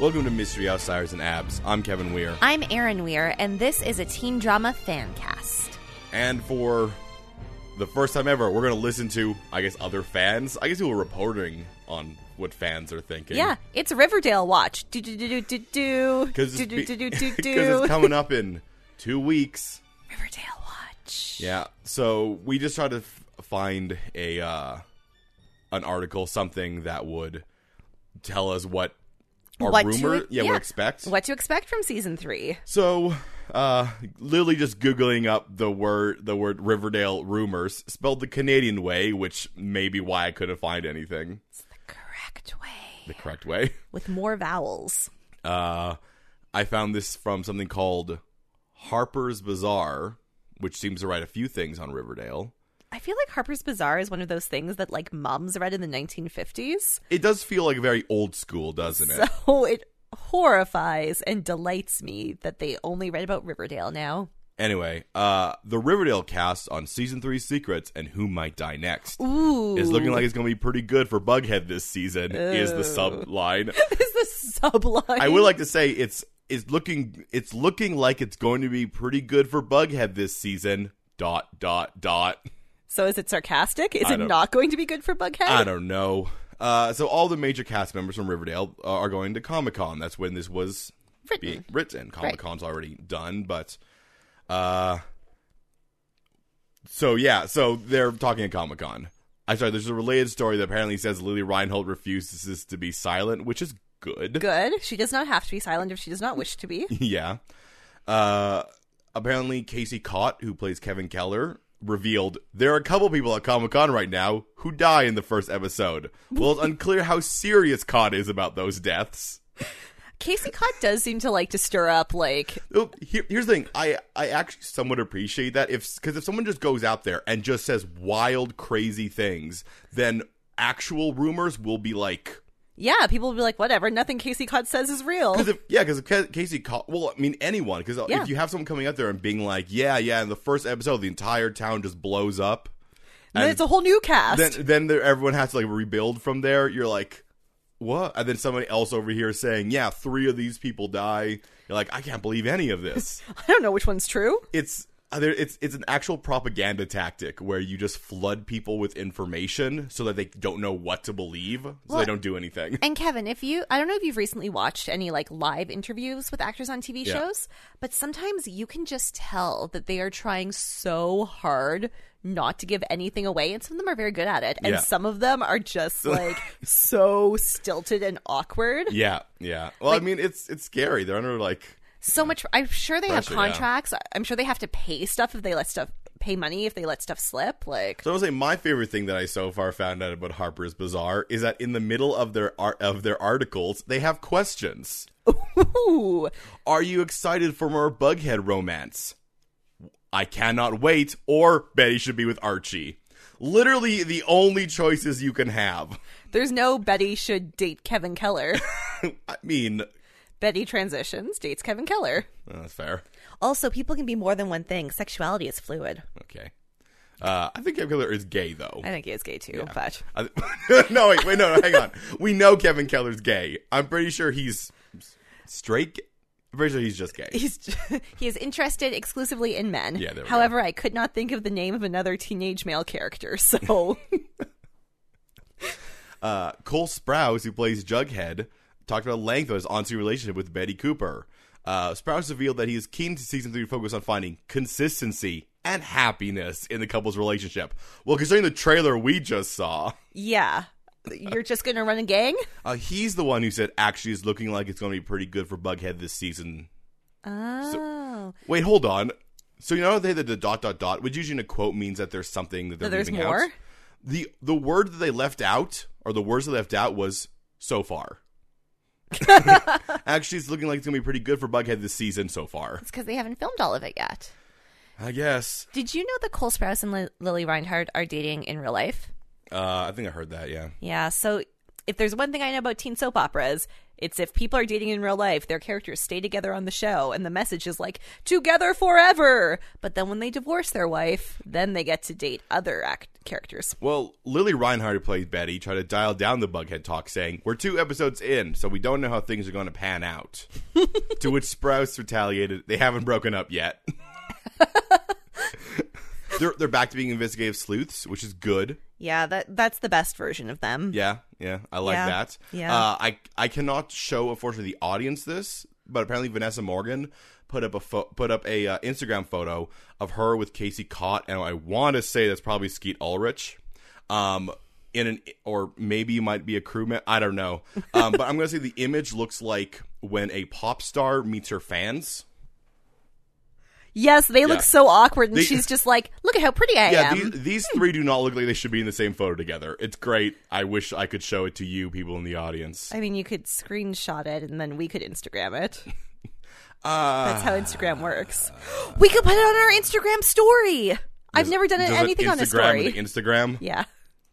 Welcome to Mystery Outsiders and Abs. I'm Kevin Weir. I'm Erin Weir, and this is a teen drama fan cast. And for the first time ever, we're going to listen to, I guess, other fans. I guess people reporting on what fans are thinking. Yeah, it's Riverdale Watch. Do do do do do do. Because do do do do do it's coming up in two weeks. Riverdale Watch. Yeah. So we just tried to f- find a uh, an article, something that would tell us what our What to rumor, e- yeah, we expect. What to expect from season three? So, uh, literally just googling up the word the word Riverdale rumors spelled the Canadian way, which may be why I couldn't find anything The correct way, the correct way. with more vowels. Uh, I found this from something called Harper's Bazaar, which seems to write a few things on Riverdale. I feel like Harper's Bazaar is one of those things that like moms read in the 1950s. It does feel like very old school, doesn't it? So it horrifies and delights me that they only read about Riverdale now. Anyway, uh, the Riverdale cast on season three secrets and who might die next Ooh, is looking like it's going to be pretty good for Bughead this season. Is the subline? is the subline. I would like to say it's it's looking it's looking like it's going to be pretty good for Bughead this season. Dot dot dot. So is it sarcastic? Is I it don't- not going to be good for Bughead? I don't know. Uh, so all the major cast members from Riverdale uh, are going to Comic Con. That's when this was Written. being written. Comic Con's already done, but uh, so yeah, so they're talking at Comic Con. I sorry, there's a related story that apparently says Lily Reinhold refuses to be silent, which is good. Good. She does not have to be silent if she does not wish to be. yeah. Uh, apparently, Casey Cott, who plays Kevin Keller, revealed there are a couple people at Comic Con right now who die in the first episode. Well, it's unclear how serious Cott is about those deaths. Casey Cott does seem to like to stir up like Oh, here- here's the thing. I, I actually somewhat appreciate that if because if someone just goes out there and just says wild, crazy things, then actual rumors will be like yeah, people will be like, whatever, nothing Casey Cott says is real. Because if yeah, because if Ca- Casey caught well, I mean anyone. Because Yeah. if you have someone coming out there and being like, yeah, yeah, in the first episode, the entire town just blows up. Then it's a whole new cast. Then then there, everyone has to like rebuild from there. You're like, what? And then somebody else over here is saying, yeah, three of these people die. You're like, I can't believe any of this. I don't know which one's true. it's uh, there- it's it's an actual propaganda tactic where you just flood people with information so that they don't know what to believe, so Well, they don't do anything. And Kevin, if you I don't know if you've recently watched any like live interviews with actors on TV Yeah. shows, but sometimes you can just tell that they are trying so hard not to give anything away and some of them are very good at it and Yeah. some of them are just like so stilted and awkward. yeah, yeah. Well, I mean, it's it's scary. They're under like. so much i'm sure they have Pressure, yeah. contracts i'm sure they have to pay stuff if they let stuff pay money if they let stuff slip like So I'll say my favorite thing that I so far found out about Harper's Bazaar is that in the middle of their ar- of their articles, they have questions. ooh Are you excited for more Bughead romance? I cannot wait. Or Betty should be with Archie. Literally the only choices you can have. there's no betty should date kevin keller I mean, uh, betty transitions dates kevin keller that's fair. also people can be more than one thing sexuality is fluid Okay. Uh, I think Kevin Keller is gay though. i think he is gay too but I th- no, wait, wait, no, no, hang on. We know Kevin Keller's gay. I'm pretty sure he's s- straight. ga- I'm pretty sure he's just gay. he's he is interested exclusively in men Yeah, there we go. however i could not think of the name of another teenage male character so Uh, Cole Sprouse, who plays Jughead, talked about length of his on-screen relationship with Betty Cooper. Uh, Sprouse revealed that he is keen to season three to focus on finding consistency and happiness in the couple's relationship. Well, considering the trailer we just saw, yeah you're just gonna run a gang uh, he's the one who said actually is looking like it's going to be pretty good for Bughead this season. oh Wait, hold on. So you know they did the dot dot dot, which usually in a quote means that there's something that they're That there's leaving more? out. The the word that they left out, or the words they left out, was so far. Actually, it's looking like it's gonna be pretty good for Bughead this season so far. It's because they haven't filmed all of it yet. I guess. Did you know that Cole Sprouse and Li- Lily Reinhardt are dating in real life? Uh, I think I heard that. Yeah. Yeah. So if there's one thing I know about teen soap operas, It's if people are dating in real life, their characters stay together on the show, and the message is like, together forever. But then when they divorce their wife, then they get to date other act- characters. Well, Lily Reinhardt, who plays Betty, tried to dial down the Bughead talk, saying, We're two episodes in, so we don't know how things are going to pan out. to which Sprouse retaliated, They haven't broken up yet. they're, they're back to being investigative sleuths, which is good. Yeah, that that's the best version of them. Yeah, yeah, I like Yeah, that. yeah. Uh, I I cannot show unfortunately the audience this, but apparently Vanessa Morgan put up a pho- put up a uh, Instagram photo of her with Casey Cott, and I want to say that's probably Skeet Ulrich, um, in an or maybe might be a crewman. I don't know, um, but I'm gonna say the image looks like when a pop star meets her fans. Yes, they look Yeah. so awkward, and They- she's just like, "Look at how pretty I Yeah, am." Hmm. these, these three do not look like they should be in the same photo together. It's great. I wish I could show it to you, people in the audience. I mean, you could screenshot it, and then we could Instagram it. Uh, That's how Instagram works. We could put it on our Instagram story. I've Does- never done it- does it anything on a Instagram with story. Instagram. yeah,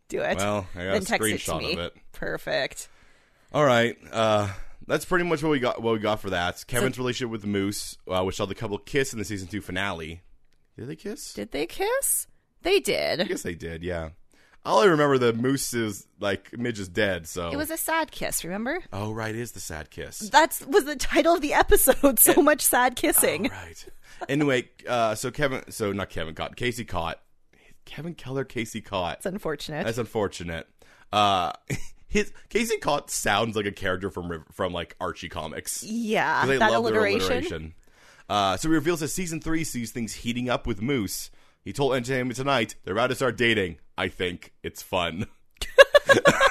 do it. Well, I got then a text it to screenshot me. of it. Perfect. All right, uh, that's pretty much what we got. What we got for that. Kevin's relationship with Moose, uh, which saw the couple kiss in the season two finale. Did they kiss? Did they kiss? They did. I guess they did. Yeah. All I remember the Moose is like Midge is dead. So It was a sad kiss. Remember? Oh right, it is the sad kiss. That was the title of the episode. So much sad All kissing. right. Anyway, uh, so Kevin, so not Kevin Cott, Casey Cott, Kevin Keller, Casey Cott. It's unfortunate. That's unfortunate. Uh, his Casey Cott sounds like a character from Riv- from like Archie comics. yeah, They that love their alliteration. alliteration. Uh, so he reveals that season three sees things heating up with Moose. He told Entertainment Tonight they're about to start dating. I think it's fun.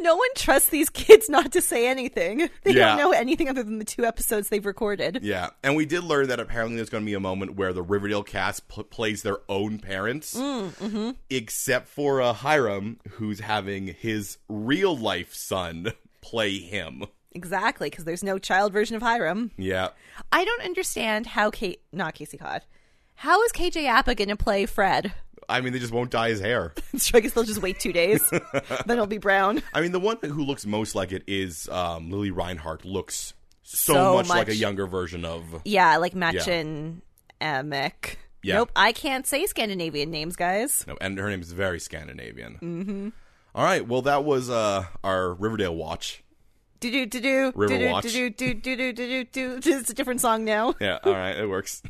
No one trusts these kids not to say anything. They Yeah. don't know anything other than the two episodes they've recorded. Yeah, and we did learn that apparently there's going to be a moment where the Riverdale cast pl- plays their own parents, Mm, mm-hmm. except for uh, Hiram, who's having his real life son play him. Exactly, because there's no child version of Hiram. Yeah. I don't understand how Kate, not Casey Cod, how is KJ Appa going to play Fred? I mean, they just won't dye his hair. So I guess they'll just wait two days, then he'll be brown. I mean, the one who looks most like it is um, Lily Reinhardt. Looks so, So much, like much- a younger version of. Yeah, like Machin Emick. Yeah. Nope, I can't say Scandinavian names, guys. No, and her name is very Scandinavian. Mm-hmm. right, well, that was uh, our Riverdale watch. Do do do do River do Watch. do do do do do do do. It's a different song now. Yeah, all right, it works.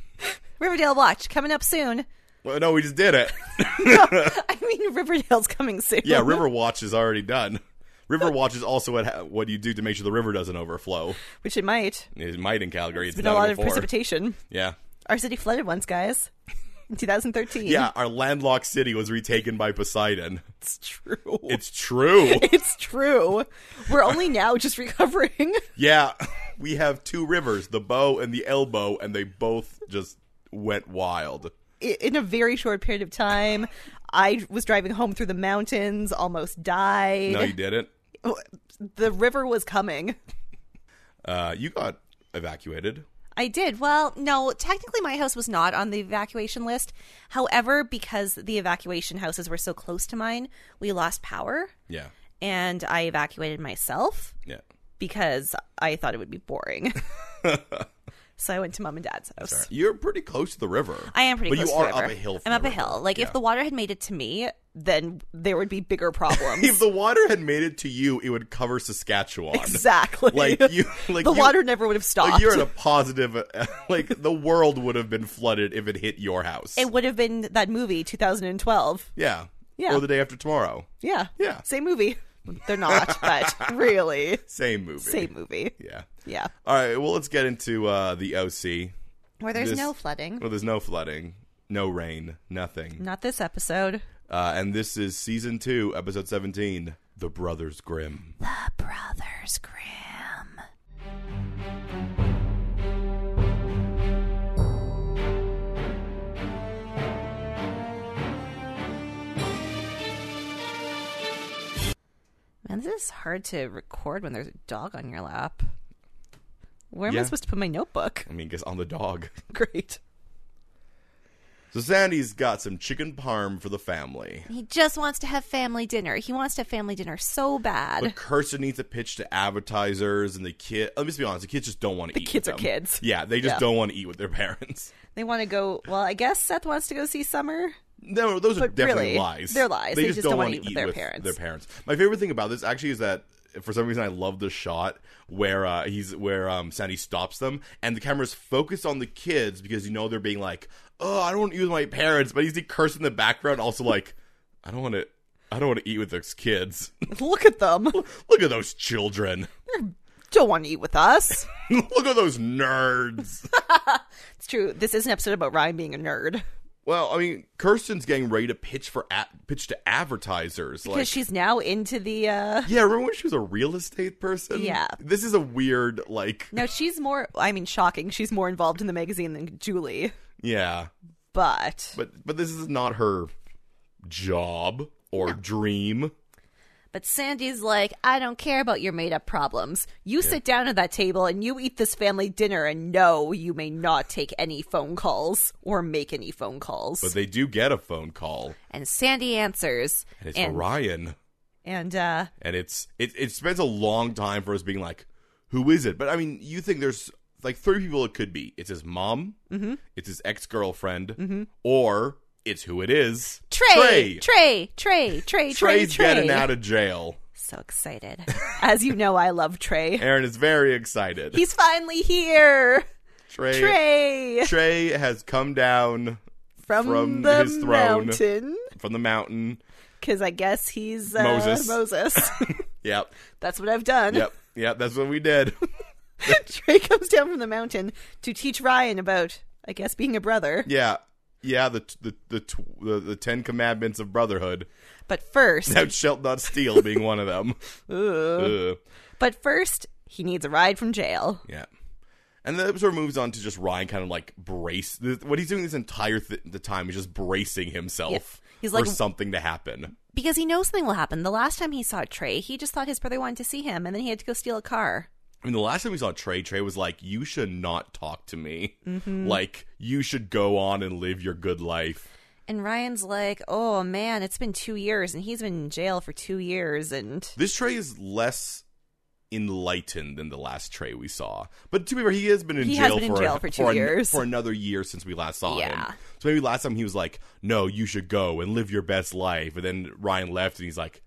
Riverdale Watch coming up soon. Well, no, we just did it. I mean, Riverdale's coming soon. Yeah, River Watch is already done. River Watch is also what ha- what you do to make sure the river doesn't overflow. which it might. It might in Calgary. It's Been done a lot of before. precipitation. Mm-hmm. Yeah, Our city flooded once, guys, in 2013. yeah. Our landlocked city was retaken by Poseidon. it's true. It's true. It's true. We're only now just recovering. Yeah, we have two rivers, the bow and the elbow, and they both just went wild. I- In a very short period of time, I was driving home through the mountains, almost died. Oh, No, you didn't. The river was coming. Uh, you got evacuated. I did. Well, no, technically my house was not on the evacuation list. However, because the evacuation houses were so close to mine, we lost power Yeah, and I evacuated myself yeah. because I thought it would be boring. so I went to mom and dad's house. You're pretty close to the river. I am pretty. But close you to are the river. up a hill. From I'm up the a river. hill. Like Yeah. if the water had made it to me, then there would be bigger if problems. the water had made it to you, it would cover Saskatchewan. exactly. Like you, like the you, water never would have Like stopped. you're in a positive. uh, Like the world would have been flooded if it hit your house. it would have been that movie 2012. yeah. Yeah. Or the day after tomorrow. Yeah. Yeah. Same movie. They're not, but really Same movie. same movie. Yeah. Yeah. All right. Well, let's get into uh, the OC. Where there's This- no flooding. Well, there's no flooding, no rain, nothing. Not this episode. Uh, and this is season two, episode 17 The Brothers Grimm. Brothers Grimm. Man, this is hard to record when there's a dog on your lap. Where am I Yeah. supposed to put my notebook? I mean, guess on the dog. Great. So Sandy's got some chicken parm for the family. He just wants to have family dinner. He wants to have family dinner so bad. But Kirsten needs a pitch to advertisers and the kid. Let me just be honest. The kids just don't want to eat. kids with are them. kids. Yeah, they just Yeah. don't want to eat with their parents. They want to go. Well, I guess Seth wants to go see Summer. No, those are But definitely really, lies. they're lies. They just don't wanna wanna eat with their parents. Their parents. My favorite thing about this actually is that for some reason I love the shot where uh, he's where um, Sandy stops them and the camera's focused on the kids because you know they're being like, "Oh, I don't want to eat with my parents," but he's the curse in the background, also like, "I don't want to." I don't want to eat with those kids. Look at them. Look at those children. Don't want to eat with us. Look at those nerds. It's true. This is an episode about Ryan being a nerd Well, I mean, Kirsten's getting ready to pitch for a- pitch to advertisers. because like, she's now into the. uh yeah, remember when she was a real estate person? Yeah. this is a weird, like, Now she's more. I mean, shocking. She's more involved in the magazine than Julie, yeah, but but, but but this is not her job or dream. Sandy's like, I don't care about your made up problems. You sit down at that table and you eat this family dinner, and no, you may not take any phone calls or make any phone calls. But they do get a phone call, and Sandy answers, and it's and Orion, and uh, and it's it it spends a long time for us being like, who is it? But I mean, you think there's like three people it could be. It's his mom, mm-hmm. it's his ex girlfriend, or it's who it is. Trey, Trey, Trey, Trey, Trey, Trey's Trey. getting out of jail. So excited, as you know, I love Trey. Aaron is very excited. He's finally here, Trey, Trey Trey has come down from, From the his throne. mountain. from the mountain. Because I guess he's uh, Moses. Moses. Yep, That's what I've done. yep, yep. That's what we did. Trey comes down from the mountain to teach Ryan about, I guess, being a brother. Yeah, yeah. The the the tw- the, the Ten Commandments of Brotherhood. But first, Thou shalt not steal, being one of them. Ooh. Ugh. but first, he needs a ride from jail. Yeah. And the episode moves on to just Ryan kind of like brace. th- What he's doing this entire th- the time is just bracing himself Yeah. He's like- for something to happen. Because he knows something will happen. The last time he saw Trey, he just thought his brother wanted to see him, and then he had to go steal a car. I mean, the last time we saw Trey, Trey was like, "You should not talk to me. Mm-hmm. Like, you should go on and live your good life." And Ryan's like, oh man, it's been two years, and he's been in jail for two years, and This Trey is less enlightened than the last Trey we saw. But to be fair, he has been in He has jail, been in for, jail for two an- years. for another year since we last saw Yeah. him. So maybe last time he was like, "No, you should go and live your best life," and then Ryan left, and he's like,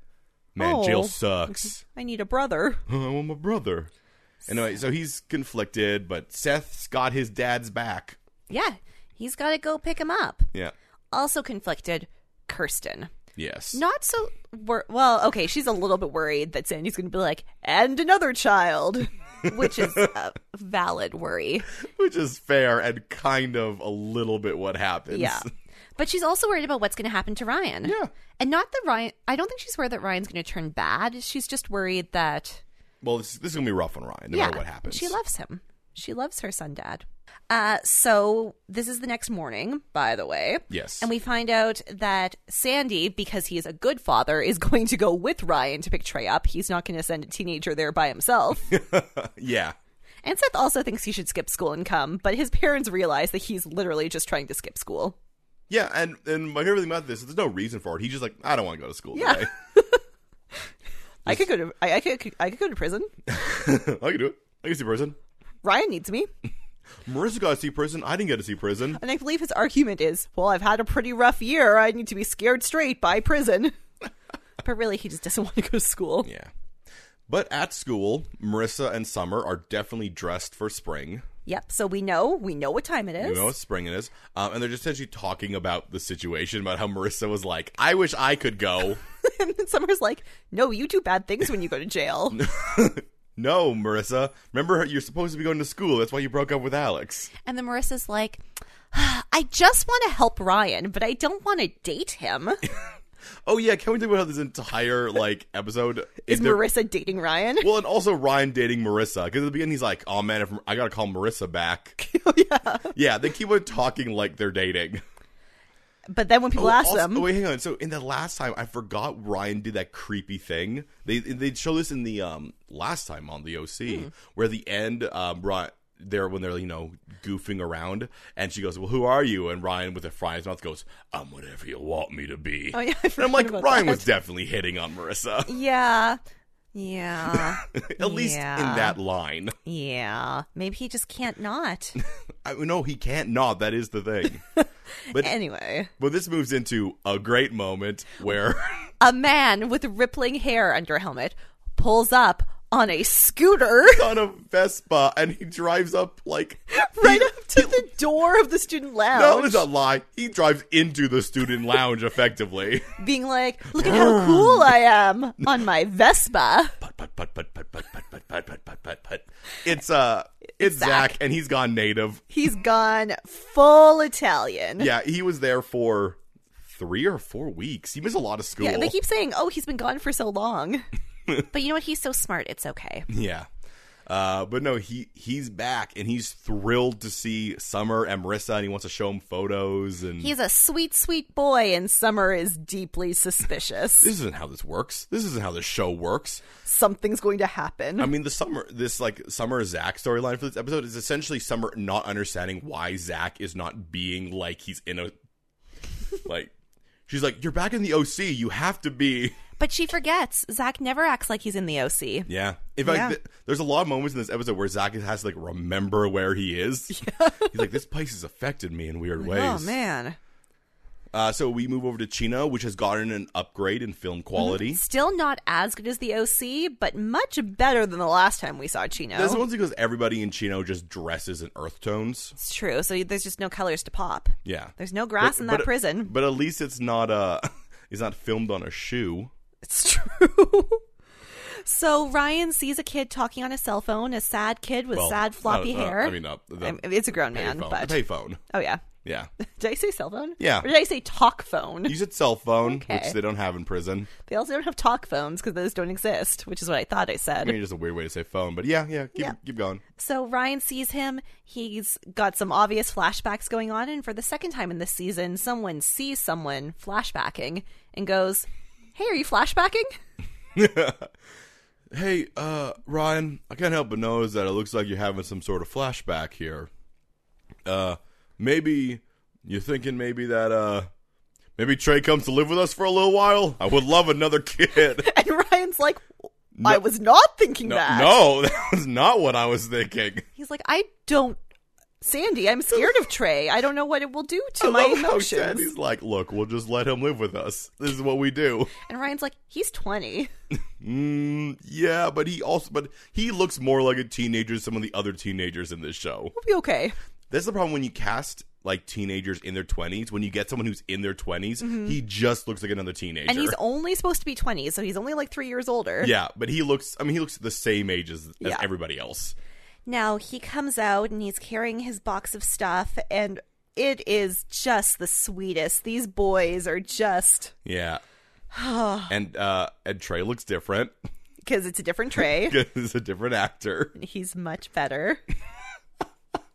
"Man, Oh. jail sucks. I need a brother. I want my brother." Anyway, so he's conflicted, but Seth's got his dad's back. Yeah, he's got to go pick him up. Yeah. Also conflicted, Kirsten. Yes. Not so. Wor- well, okay, she's a little bit worried that Sandy's going to be like, and another child, which is a valid worry. Which is fair and kind of a little bit what happens. Yeah. But she's also worried about what's going to happen to Ryan. Yeah. And not that Ryan, I don't think she's worried that Ryan's going to turn bad. She's just worried that, Well, this, this is gonna be rough on Ryan, no yeah, matter what happens. she loves him. She loves her son, dad. Uh, so this is the next morning, by the way. Yes. And we find out that Sandy, because he is a good father, is going to go with Ryan to pick Trey up. He's not going to send a teenager there by himself. yeah. and Seth also thinks he should skip school and come, but his parents realize that he's literally just trying to skip school. Yeah, and and my favorite thing about this is there's no reason for it. He's just like, I don't want to go to school Yeah. today. I could go to I, I could I could go to prison. I can do it. I can see prison. Ryan needs me, Marissa got to see prison. I didn't get to see prison. and I believe his argument is, "Well, I've had a pretty rough year. I need to be scared straight by prison." but really, he just doesn't want to go to school. Yeah. But at school, Marissa and Summer are definitely dressed for spring. Yep. So we know we know what time it is. You know what spring it is. Um, and they're just essentially talking about the situation, about how Marissa was like, I wish I could go. and then Summer's like, "No, you do bad things when you go to jail." no, Marissa. Remember, you're supposed to be going to school. That's why you broke up with Alex. and then Marissa's like, "I just want to help Ryan, but I don't want to date him." Oh, yeah. Can we talk about how this entire, like, episode Is there- Marissa dating Ryan? Well, and also Ryan dating Marissa because at the beginning he's like, "Oh man, if I gotta call Marissa back." Oh, yeah, yeah. They keep on talking like they're dating. But then when people ask Oh, Also- them, Wait, hang on. So in the last time, I forgot Ryan did that creepy thing. Hmm. They they show this in the um last time on the OC where the end um Ryan. there when they're you know goofing around, and she goes, "Well, who are you?" And Ryan, with a fry in his mouth, goes, "I'm whatever you want me to be." Oh, yeah, I and I'm like, forgot about Ryan that. was definitely hitting on Marissa, Yeah. Yeah. at least Yeah. in that line. yeah. Maybe he just can't not. I, no, he can't not. That is the thing. Anyway, but this moves into a great moment where a man with rippling hair under a helmet pulls up on a scooter on a Vespa and he drives up like right he- up to the door of the student No, lounge, it's a lie. He drives into the student lounge effectively. being like, "Look at how cool I am on my Vespa." put put put put put put put put put put put put put. It's uh, it's Zach. Zach. and he's gone native. He's gone full Italian. Yeah, he was there for three or four weeks. He missed a lot of school. Yeah, they keep saying, "Oh, he's been gone for so long," but you know what? He's so smart. It's okay. Yeah. Uh, but no, he he's back and he's thrilled to see Summer and Marissa, and he wants to show him photos. And He's a sweet, sweet boy, and Summer is deeply suspicious. this isn't how this works. This isn't how this show works. Something's going to happen. I mean, the summer, this like summer Zach storyline for this episode is essentially Summer not understanding why Zach is not being like he's in a like. She's like, you're back in the OC. You have to be. but she forgets. Zach never acts like he's in the OC. Yeah. In fact, Yeah. th- there's a lot of moments in this episode where Zach has to like remember where he is. He's like, this place has affected me in weird ways. Oh man, Uh, so we move over to Chino, which has gotten an upgrade in film quality. still not as good as the OC, but much better than the last time we saw Chino. That's mostly because everybody in Chino just dresses in earth tones. it's true. So there's just no colors to pop. Yeah. There's no grass in that but- prison. But at least it's not uh it's not filmed on a shoe. It's true. so Ryan sees a kid talking on a cell phone, a sad kid with Well, sad floppy uh, uh, hair. I mean, uh, the I'm- it's a grown man, payphone. but The payphone. oh yeah. Yeah. Did I say cell phone? Yeah. Or did I say talk phone? You said cell phone, Okay. which they don't have in prison. They also don't have talk phones because those don't exist, which is what I thought I said. I mean, it's a weird way to say phone, but yeah, yeah. Keep, Yeah. keep going. So Ryan sees him. He's got some obvious flashbacks going on. And for the second time in this season, someone sees someone flashbacking and goes, Hey, are you flashbacking? Hey, uh, Ryan, I can't help but notice that it looks like you're having some sort of flashback here. Uh, maybe you're thinking maybe that uh, maybe Trey comes to live with us for a little while. I would love another kid. And Ryan's like, I was not thinking No, that. no, that was not what I was thinking. He's like, I don't. Sandy, I'm scared of Trey. I don't know what it will do to my Love how sad emotions. he's like, look, we'll just let him live with us. This is what we do. And Ryan's like, he's 20. Mm, yeah, but he also, but he looks more like a teenager than some of the other teenagers in this show. We'll be okay. That's the problem when you cast like teenagers in their twenties. When you get someone who's in their 20s he just looks like another teenager. And he's only supposed to be 20, so he's only like three years older. yeah, but he looks. I mean, he looks the same age as, as Yeah. everybody else. Now he comes out and he's carrying his box of stuff, and it is just the sweetest. These boys are just Yeah. and uh and Trey looks different because it's a different tray. because he's a different actor. He's much better.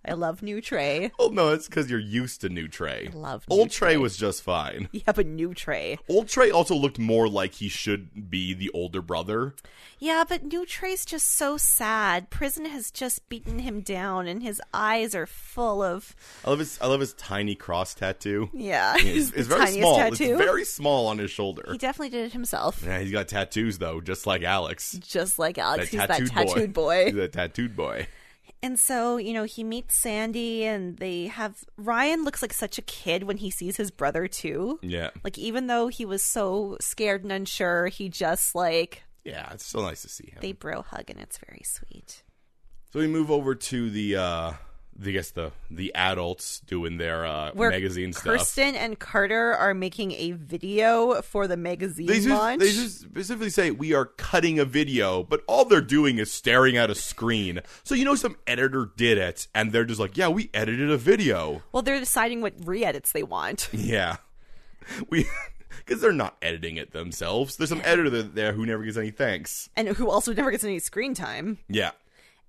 I love new tray. Well, no, it's because you're used to new Trey. love new old Trey was just fine. You have a new tray. Old Trey also looked more like he should be the older brother. Yeah, but new tray's just so sad. Prison has just beaten him down, and his eyes are full of I love his I love his tiny cross tattoo. yeah. It's, his it's very tiniest small. Tattoo. It's very small on his shoulder. he definitely did it himself, Yeah, he's got tattoos though, just like Alex. just like Alex. he's tattooed that tattooed boy. He's that tattooed boy. And so, you know, he meets Sandy and they have Ryan looks like such a kid when he sees his brother too. Yeah, Like even though he was so scared and unsure, he just like yeah. It's so nice to see him. they bro hug and it's very sweet. so we move over to the, uh the I guess the the adults doing their uh Where magazine stuff. Kirsten and Carter are making a video for the magazine They just, launch. they just specifically say we are cutting a video, but all they're doing is staring at a screen. So you know some editor did it, and they're just like, "Yeah, we edited a video." well, they're deciding what re-edits they want. Yeah, we because they're not editing it themselves. There's some editor there who never gets any thanks. And who also never gets any screen time. Yeah,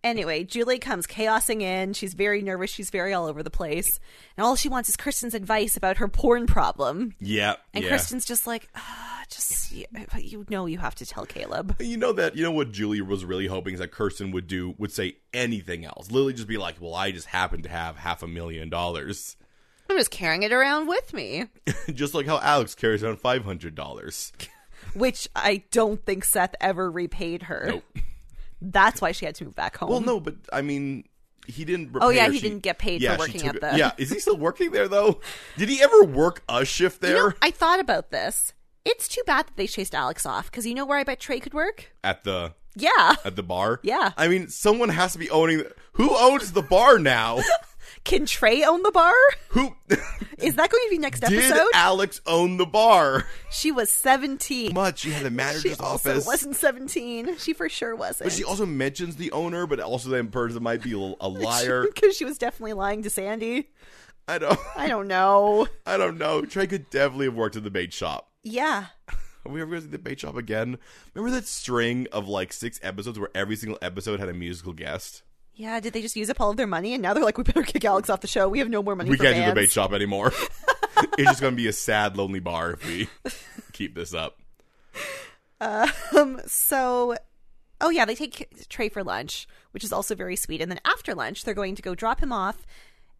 Anyway, Julie comes chaosing in. She's very nervous. She's very all over the place. And all she wants is Kristen's advice about her porn problem. Yeah. And yeah. Kristen's just like, ah, just, you, you know, you have to tell Caleb. You know that you know what Julie was really hoping is that Kirsten would do would say anything else. Literally just be like, Well, I just happen to have half a million dollars. I'm just carrying it around with me, just like how Alex carries around five hundred dollars. which I don't think Seth ever repaid her. Nope. That's why she had to move back home. Well, no, but I mean he didn't Mm-hmm. Oh, yeah, repair- he didn't get paid for yeah, she working took at it- the- Yeah, is he still working there though? Did he ever work a shift there? You know, I thought about this. It's too bad that they chased Alex off because you know where I bet Trey could work? at the Yeah. at the bar? Yeah. I mean, someone has to be owning who owns the bar now? Can Trey own the bar? who Is that going to be next did episode? Alex own the bar? she was 17. Much. She had a manager's she also office. wasn't 17. She for sure wasn't. But she also mentions the owner, but also that person might be a, a liar. Because she was definitely lying to Sandy. I don't. I don't know. I don't know. Trey could definitely have worked at the bait shop. Yeah. Are we ever going to see the bait shop again? Remember that string of like six episodes where every single episode had a musical guest. Yeah, did they just use up all of their money and now they're like, we better kick Alex off the show. We have no more money We for can't do bands. the bait shop anymore. it's just going to be a sad, lonely bar if we keep this up. Um, so, oh yeah, they take Trey for lunch, which is also very sweet. And then after lunch, they're going to go drop him off.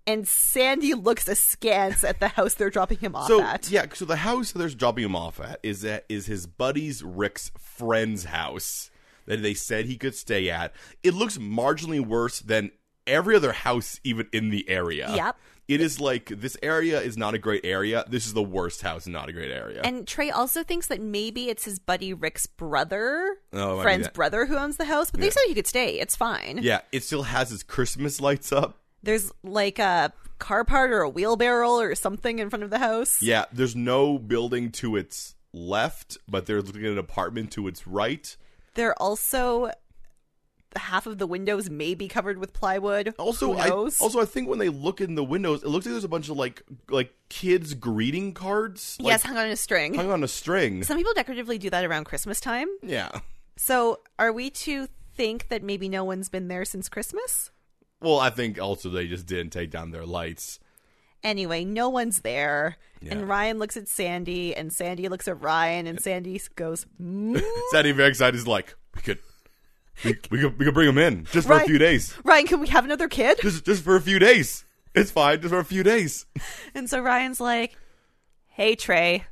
And Sandy looks askance at the house they're dropping him off So at. yeah, so the house that they're dropping him off at is at is his buddy's Rick's friend's house that they said he could stay at. It looks marginally worse than every other house even in the area. Yep. It is like this area is not a great area. This is the worst house in not a great area. And Trey also thinks that maybe it's his buddy Rick's brother, Oh, I mean friend's that- brother, who owns the house. But they said you could stay; it's fine. yeah, it still has its Christmas lights up. There's like a car part or a wheelbarrow or something in front of the house. Yeah, there's no building to its left, but they're looking at an apartment to its right. They're also half of the windows may be covered with plywood. Also, who I knows? also I think when they look in the windows, it looks like there's a bunch of like like kids greeting cards, like, yes, hung on a string. hung on a string. Some people decoratively do that around Christmas time. Yeah. So, are we to think that maybe no one's been there since Christmas? Well, I think also they just didn't take down their lights. Anyway, no one's there. Yeah. And Ryan looks at Sandy, and Sandy looks at Ryan, and Sandy goes, "Mm." Sandy very excited is like, we could, we, we could, we could bring them in just for a Right. few days, Ryan, can we have another kid? just just for a few days. It's fine, just for a few days. And so Ryan's like, Hey, Trey,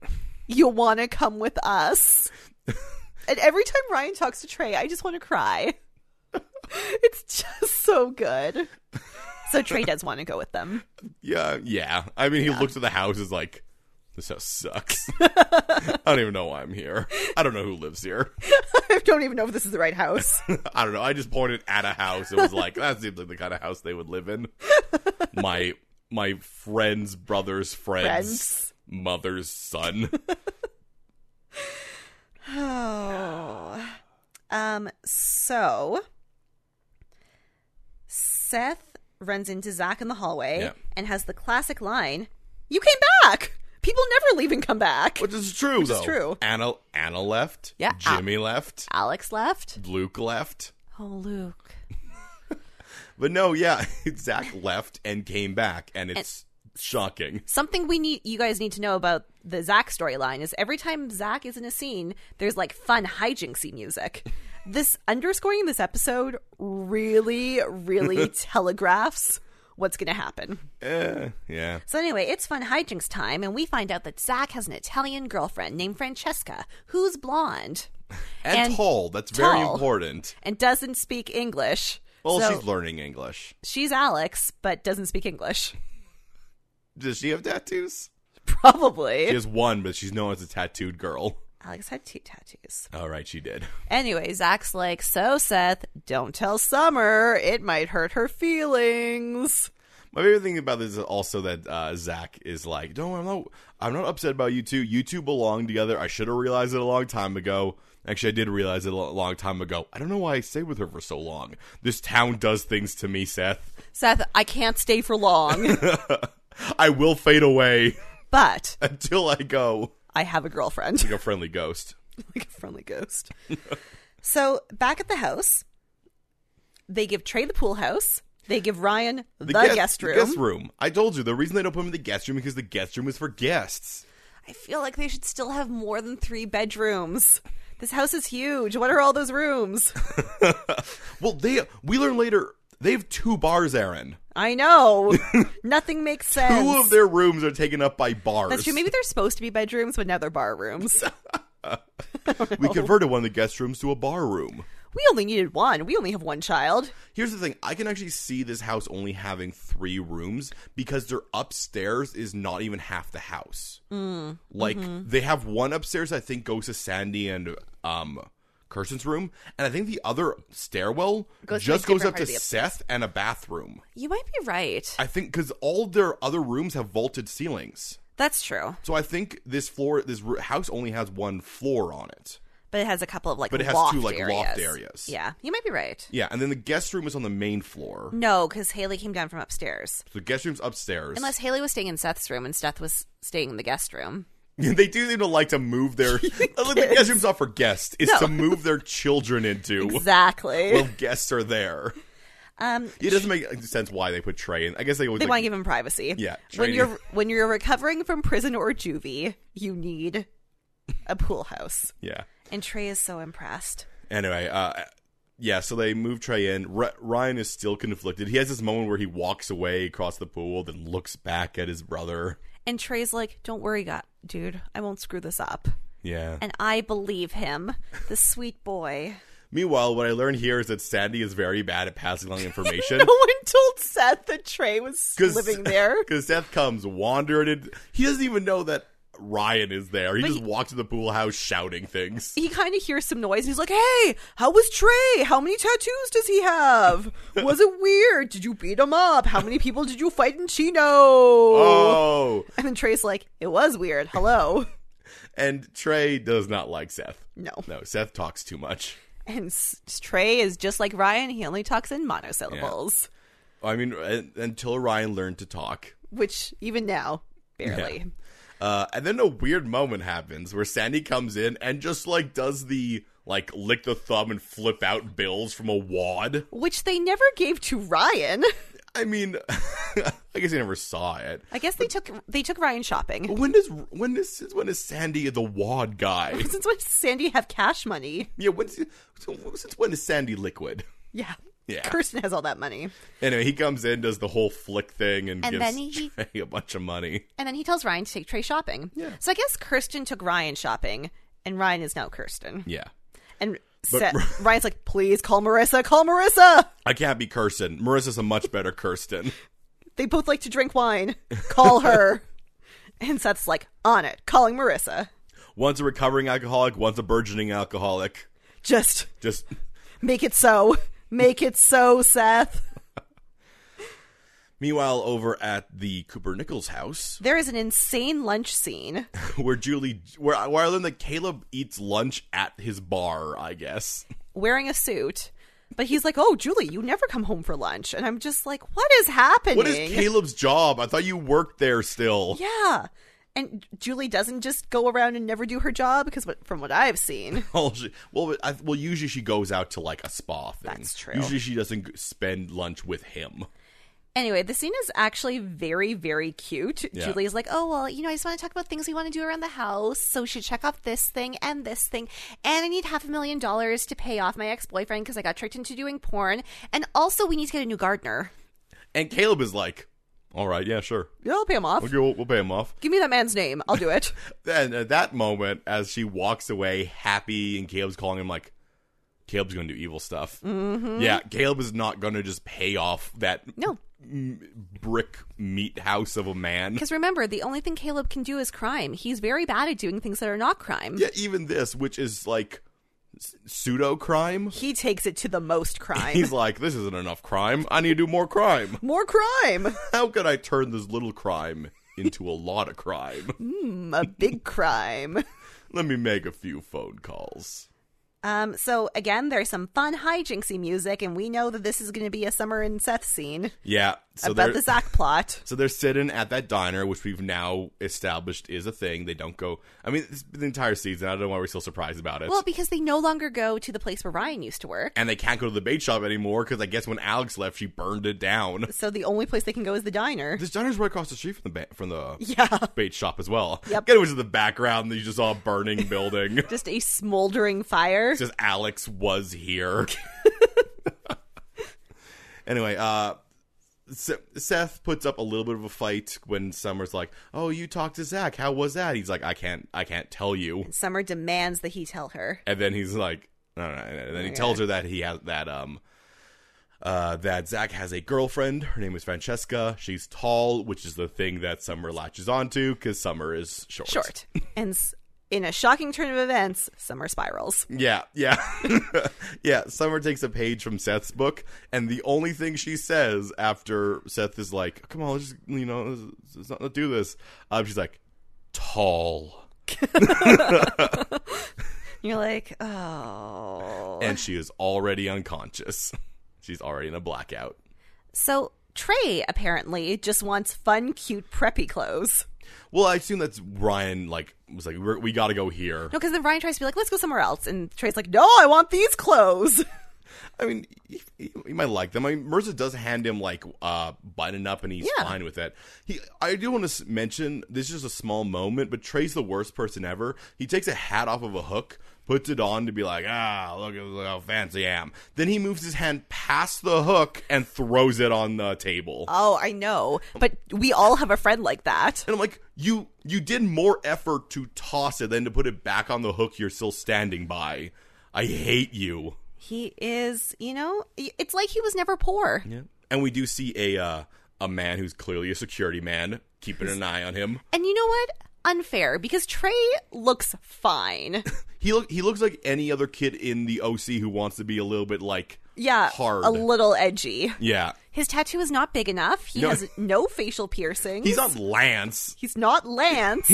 you want to come with us? and every time Ryan talks to Trey, I just want to cry. It's just so good. So Trey does want to go with them. Yeah, yeah. I mean, he looks at the house is like, this house sucks. I don't even know why I'm here. I don't know who lives here. I don't even know if this is the right house. I don't know. I just pointed at a house. It was like that seems like the kind of house they would live in. My my friend's brother's friend's Friends. mother's son. Oh. Um, so Seth runs into Zach in the hallway Yeah. and has the classic line, You came back. People never leave and come back. Which is true is though. true. Anna Anna left. Yeah. Jimmy left. Alex left. Luke left. Oh Luke. But no, yeah, Zach left and came back and it's shocking. Something we need you guys need to know about the Zach storyline is every time Zach is in a scene, there's like fun hijinksy music. This underscoring this episode really, really telegraphs what's gonna happen. Eh, yeah. So anyway, it's fun hijinks time, and we find out that Zach has an Italian girlfriend named Francesca, who's blonde And, And tall. That's very tall. important. and doesn't speak English. Well, so she's learning English. she's Alex, but doesn't speak English. Does she have tattoos? Probably. She has one, but she's known as a tattooed girl. Alex had two tattoos. All right, she did. Anyway, Zach's like, so Seth, don't tell Summer. It might hurt her feelings. My favorite thing about this is also that uh, Zach is like, "No, I'm not. I'm not upset about you two. You two belong together. I should have realized it a long time ago. Actually, I did realize it a lo- long time ago. I don't know why I stayed with her for so long. This town does things to me, Seth. Seth, I can't stay for long, I will fade away but until I go I have a girlfriend. like a friendly ghost. like a friendly ghost. so back at the house, They give Trey the pool house. They give Ryan the, guest room. guest room. I told you the reason they don't put him in the guest room is because the guest room is for guests. I feel like they should still have more than three bedrooms. This house is huge. What are all those rooms? Well, they we learn later they have two bars, Aaron. I know. Nothing makes sense. Two of their rooms are taken up by bars. That's true. Maybe they're supposed to be bedrooms, but now they're bar rooms. we converted one of the guest rooms to a bar room. we only needed one. We only have one child. Here's the thing: I can actually see this house only having three rooms because their upstairs is not even half the house. Mm, like mm-hmm. they have one upstairs, I think goes to Sandy and um Kirsten's room, and I think the other stairwell Goes to a just goes different up part to of the Seth and a bathroom. You might be right. I think because all their other rooms have vaulted ceilings, That's true. so I think this floor, this r- house, only has one floor on it. But it has a couple of like But it has loft two, like, areas. loft areas. Yeah, you might be right. Yeah, and then the guest room is on the main floor. No, because Haley came down from upstairs. So the guest room's upstairs. Unless Haley was staying in Seth's room and Seth was staying in the guest room. they do seem to like to move their. Like, the guest room's not for guests; it's No. to move their children into. Exactly. Well, guests are there. um, It doesn't make sense why they put Trey in. I guess they always they like, want to give him privacy. Yeah, When training. you're when you're recovering from prison or juvie, you need a pool house. yeah. And Trey is so impressed. Anyway, uh, yeah. So they move Trey in. R- Ryan is still conflicted. He has this moment where he walks away across the pool, then looks back at his brother. And Trey's like, "Don't worry, God, dude. I won't screw this up." Yeah. And I believe him, the sweet boy. Meanwhile, what I learned here is that Sandy is very bad at passing along information. No one told Seth that Trey was living there. Because Seth comes wandering in. He doesn't even know that Ryan is there. He just walks to the pool house shouting things. he kind of hears some noise and he's like, "Hey, how was Trey? How many tattoos does he have? Was it weird? Did you beat him up? How many people did you fight in Chino?" Oh. And then Trey's like, "It was weird. Hello." And Trey does not like Seth. No. No, Seth talks too much. And S- Trey is just like Ryan, he only talks in monosyllables, I mean, un- until Ryan learned to talk. which even now barely. Uh, and then a weird moment happens where Sandy comes in and just like does the like lick the thumb and flip out bills from a wad. Which they never gave to Ryan. I mean, I guess I never saw it. I guess they took they took Ryan shopping. When does when does when is Sandy the wad guy? Since when does Sandy have cash money? Yeah, when's so since when is Sandy liquid? Yeah. Yeah. Kirsten has all that money. Anyway, he comes in, does the whole flick thing, and, And gives then he- Trey a bunch of money. And then he tells Ryan to take Trey shopping. Yeah. So I guess Kirsten took Ryan shopping, and Ryan is now Kirsten. Yeah, And But Seth- Ri- Ryan's like, please call Marissa, call Marissa. I can't be Kirsten. Marissa's a much better Kirsten. They both like to drink wine. Call her. and Seth's like, on it, calling Marissa. One's a recovering alcoholic, one's a burgeoning alcoholic. Just Just make it so. Make it so, Seth. meanwhile, over at the Cooper Nichols house, There is an insane lunch scene. where Julie, where I- where I learned that Caleb eats lunch at his bar. I guess wearing a suit. But he's like, "Oh, Julie, you never come home for lunch," and I'm just like, "What is happening?" what is Caleb's job? I thought you worked there still. yeah, and Julie doesn't just go around and never do her job because, what, from what I've seen, Well, she, well, I, well, usually she goes out to like a spa thing. That's true. Usually she doesn't g- spend lunch with him. anyway, the scene is actually very, very cute. Yeah. Julie's like, "Oh well, you know, I just want to talk about things we want to do around the house, so we should check off this thing and this thing, and I need half a million dollars to pay off my ex boyfriend because I got tricked into doing porn, and also we need to get a new gardener. And Caleb is like, "All right, yeah, sure, Yeah, I'll pay him off. okay, we'll, we'll pay him off." Give me that man's name. I'll do it." And at that moment, as she walks away, happy, and Caleb's calling him like, "Caleb's going to do evil stuff." Mm-hmm. Yeah, Caleb is not going to just pay off that no, brick meat house of a man. Because remember, the only thing Caleb can do is crime. He's very bad at doing things that are not crime. Yeah, even this, which is like pseudo crime. He takes it to the most crime. He's like, "This isn't enough crime. I need to do more crime." More crime. How could I turn this little crime into a lot of crime? Mm, A big crime. Let me make a few phone calls. Um, so again, there's some fun hijinksy music, and we know that this is going to be a summer in Seth scene. Yeah, so about they're- the Zach plot. So they're sitting at that diner, which we've now established is a thing. They don't go. I mean, it's been the entire season. I don't know why we're still surprised about it. Well, because they no longer go to the place where Ryan used to work. and they can't go to the bait shop anymore because I guess when Alex left, she burned it down. So the only place they can go is the diner. This diner's right across the street from the ba- from the Yeah. bait shop as well. Yep. Get away to the background that you just saw a burning building. It's Just a smoldering fire. just Alex was here. anyway, uh. Se- Seth puts up a little bit of a fight when Summer's like, "Oh, you talked to Zach. How was that?" He's like, "I can't, I can't tell you." Summer demands that he tell her. And then he's like, no, no, no. And then he Okay. tells her that he has that um, uh, that Zach has a girlfriend. Her name is Francesca. She's tall, which is the thing that Summer latches onto because Summer is short. Short. And s- in a shocking turn of events, Summer spirals. Yeah, yeah, yeah. Summer takes a page from Seth's book, and the only thing she says after Seth is like, "Come on, let's just you know, let's, let's not let's do this," um, she's like, "Tall," You're like, oh. and she is already unconscious. She's already in a blackout. So Trey apparently just wants fun, cute, preppy clothes. Well, I assume that's Ryan. Like, was like, We're, we got to go here. No, because then Ryan tries to be like, let's go somewhere else. And Trey's like, no, I want these clothes. I mean, he, he- he might like them. I mean, Mirza does hand him like uh, button up, and he's Yeah. fine with that. He, I do want to mention this is just a small moment, but Trey's the worst person ever. He takes a hat off of a hook. Puts it on to be like, ah, look at look how fancy I am. Then he moves his hand past the hook and throws it on the table. Oh, I know. But we all have a friend like that. and I'm like, you you did more effort to toss it than to put it back on the hook you're still standing by. I hate you. He is, you know, y- it's like he was never poor. And we do see a uh, a man who's clearly a security man keeping an eye on him. And you know what? Unfair because Trey looks fine. He look he looks like any other kid in the OC who wants to be a little bit like Yeah. hard. A little edgy. yeah. His tattoo is not big enough. He No. has no facial piercings. He's not Lance. He's not Lance.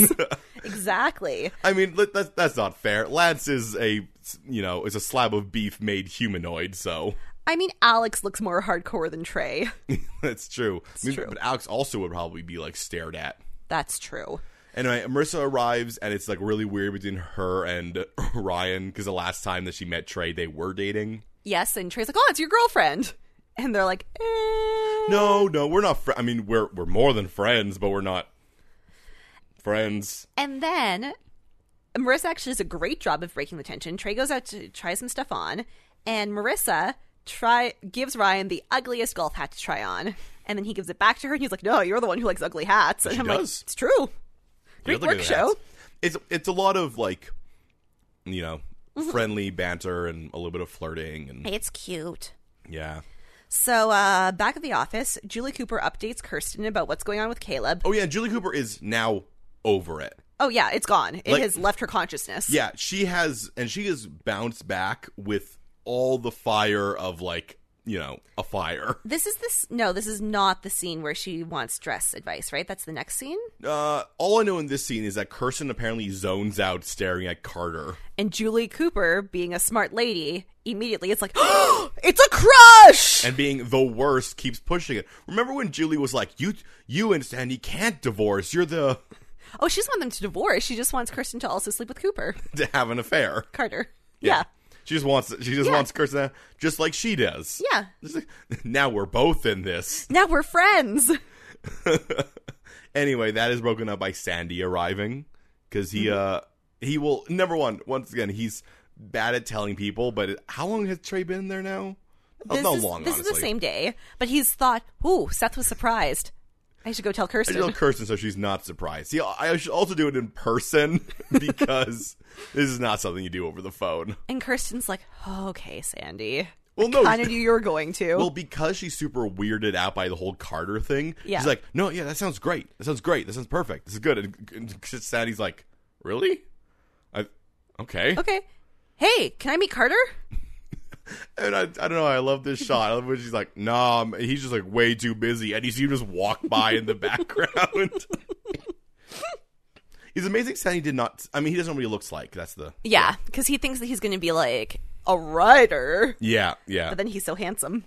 exactly. I mean, let- that's that's not fair. Lance is a you know is a slab of beef made humanoid. So I mean, Alex looks more hardcore than Trey. that's true. I mean, true. But Alex also would probably be like stared at. That's true. Anyway, Marissa arrives, and it's like really weird between her and Ryan because the last time that she met Trey, they were dating. Yes, and Trey's like, oh, it's your girlfriend. And they're like, eh. No, no, we're not. Fr- I mean, we're we're more than friends, but we're not friends. And then Marissa actually does a great job of breaking the tension. Trey goes out to try some stuff on, and Marissa try gives Ryan the ugliest golf hat to try on. And then he gives it back to her, and he's like, "No, you're the one who likes ugly hats." And She I'm does. like, "It's true." You Great know, look work, at show. that. It's it's a lot of like, you know, Mm-hmm. friendly banter and a little bit of flirting and It's cute. yeah. So, uh, back at the office, Julie Cooper updates Kirsten about what's going on with Caleb. Oh, Oh yeah, Julie Cooper is now over it. yeah, it's gone. It Like- has left her consciousness. Yeah, she has, and she has bounced back with all the fire of like, you know, a fire. This is this. No, this is not the scene where she wants dress advice, right? That's the next scene. Uh, all I know in this scene is that Kirsten apparently zones out staring at Carter. And Julie Cooper, being a smart lady, immediately it's like, it's a crush! and being the worst keeps pushing it. Remember when Julie was like, "You, you and Sandy can't divorce. You're the oh, she doesn't want them to divorce. She just wants Kirsten to also sleep with Cooper. to have an affair." Carter. Yeah. she just wants. She just Yeah. wants Kirsten to- just like she does. Yeah. Just like, now we're both in this. Now we're friends. Oh, Anyway, that is broken up by Sandy arriving because he Mm-hmm. uh he will number one once again he's bad at telling people. But how long has Trey been there now? Oh, This not is, long. This honestly. is the same day, but he's thought, ooh, Seth was surprised. I should go tell I Kirsten. should tell Kirsten so she's not surprised. See, I should also do it in person because this is not something you do over the phone. And Kirsten's like, oh, okay, Sandy. Well, no. I knew you were going to. Oh. Well, because she's super weirded out by the whole Carter thing, Yeah. she's like, "No, yeah, that sounds great. That sounds great. That sounds perfect. This is good." And, and Sandy's like, "Really? I okay." okay. Hey, can I meet Carter? And I, I don't know. I love this shot. I love when she's like, "No," I'm- and he's just like way too busy, and you see him just walk by in the background. He's amazing. Sandy did not. I mean, he doesn't know what he looks like. That's the Yeah, because he thinks that he's going to be like a writer, yeah, yeah. but then he's so handsome.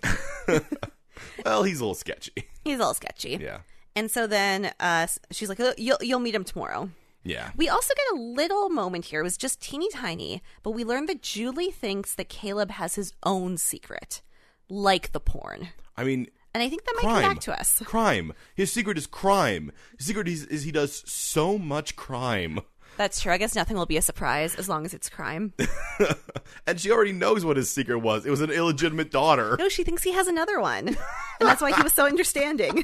Well, he's a little sketchy. He's all sketchy. Yeah. And so then uh, she's like, "Oh, you'll, you'll meet him tomorrow. Yeah. We also get a little moment here. It was just teeny tiny, but we learned that Julie thinks that Caleb has his own secret, like the porn. I mean, And I think that might crime. come back to us. Crime. His secret is crime. His secret is, is he does so much crime. That's true. I guess nothing will be a surprise as long as it's crime. And she already knows what his secret was. It was an illegitimate daughter. No, she thinks he has another one. And that's why he was so understanding.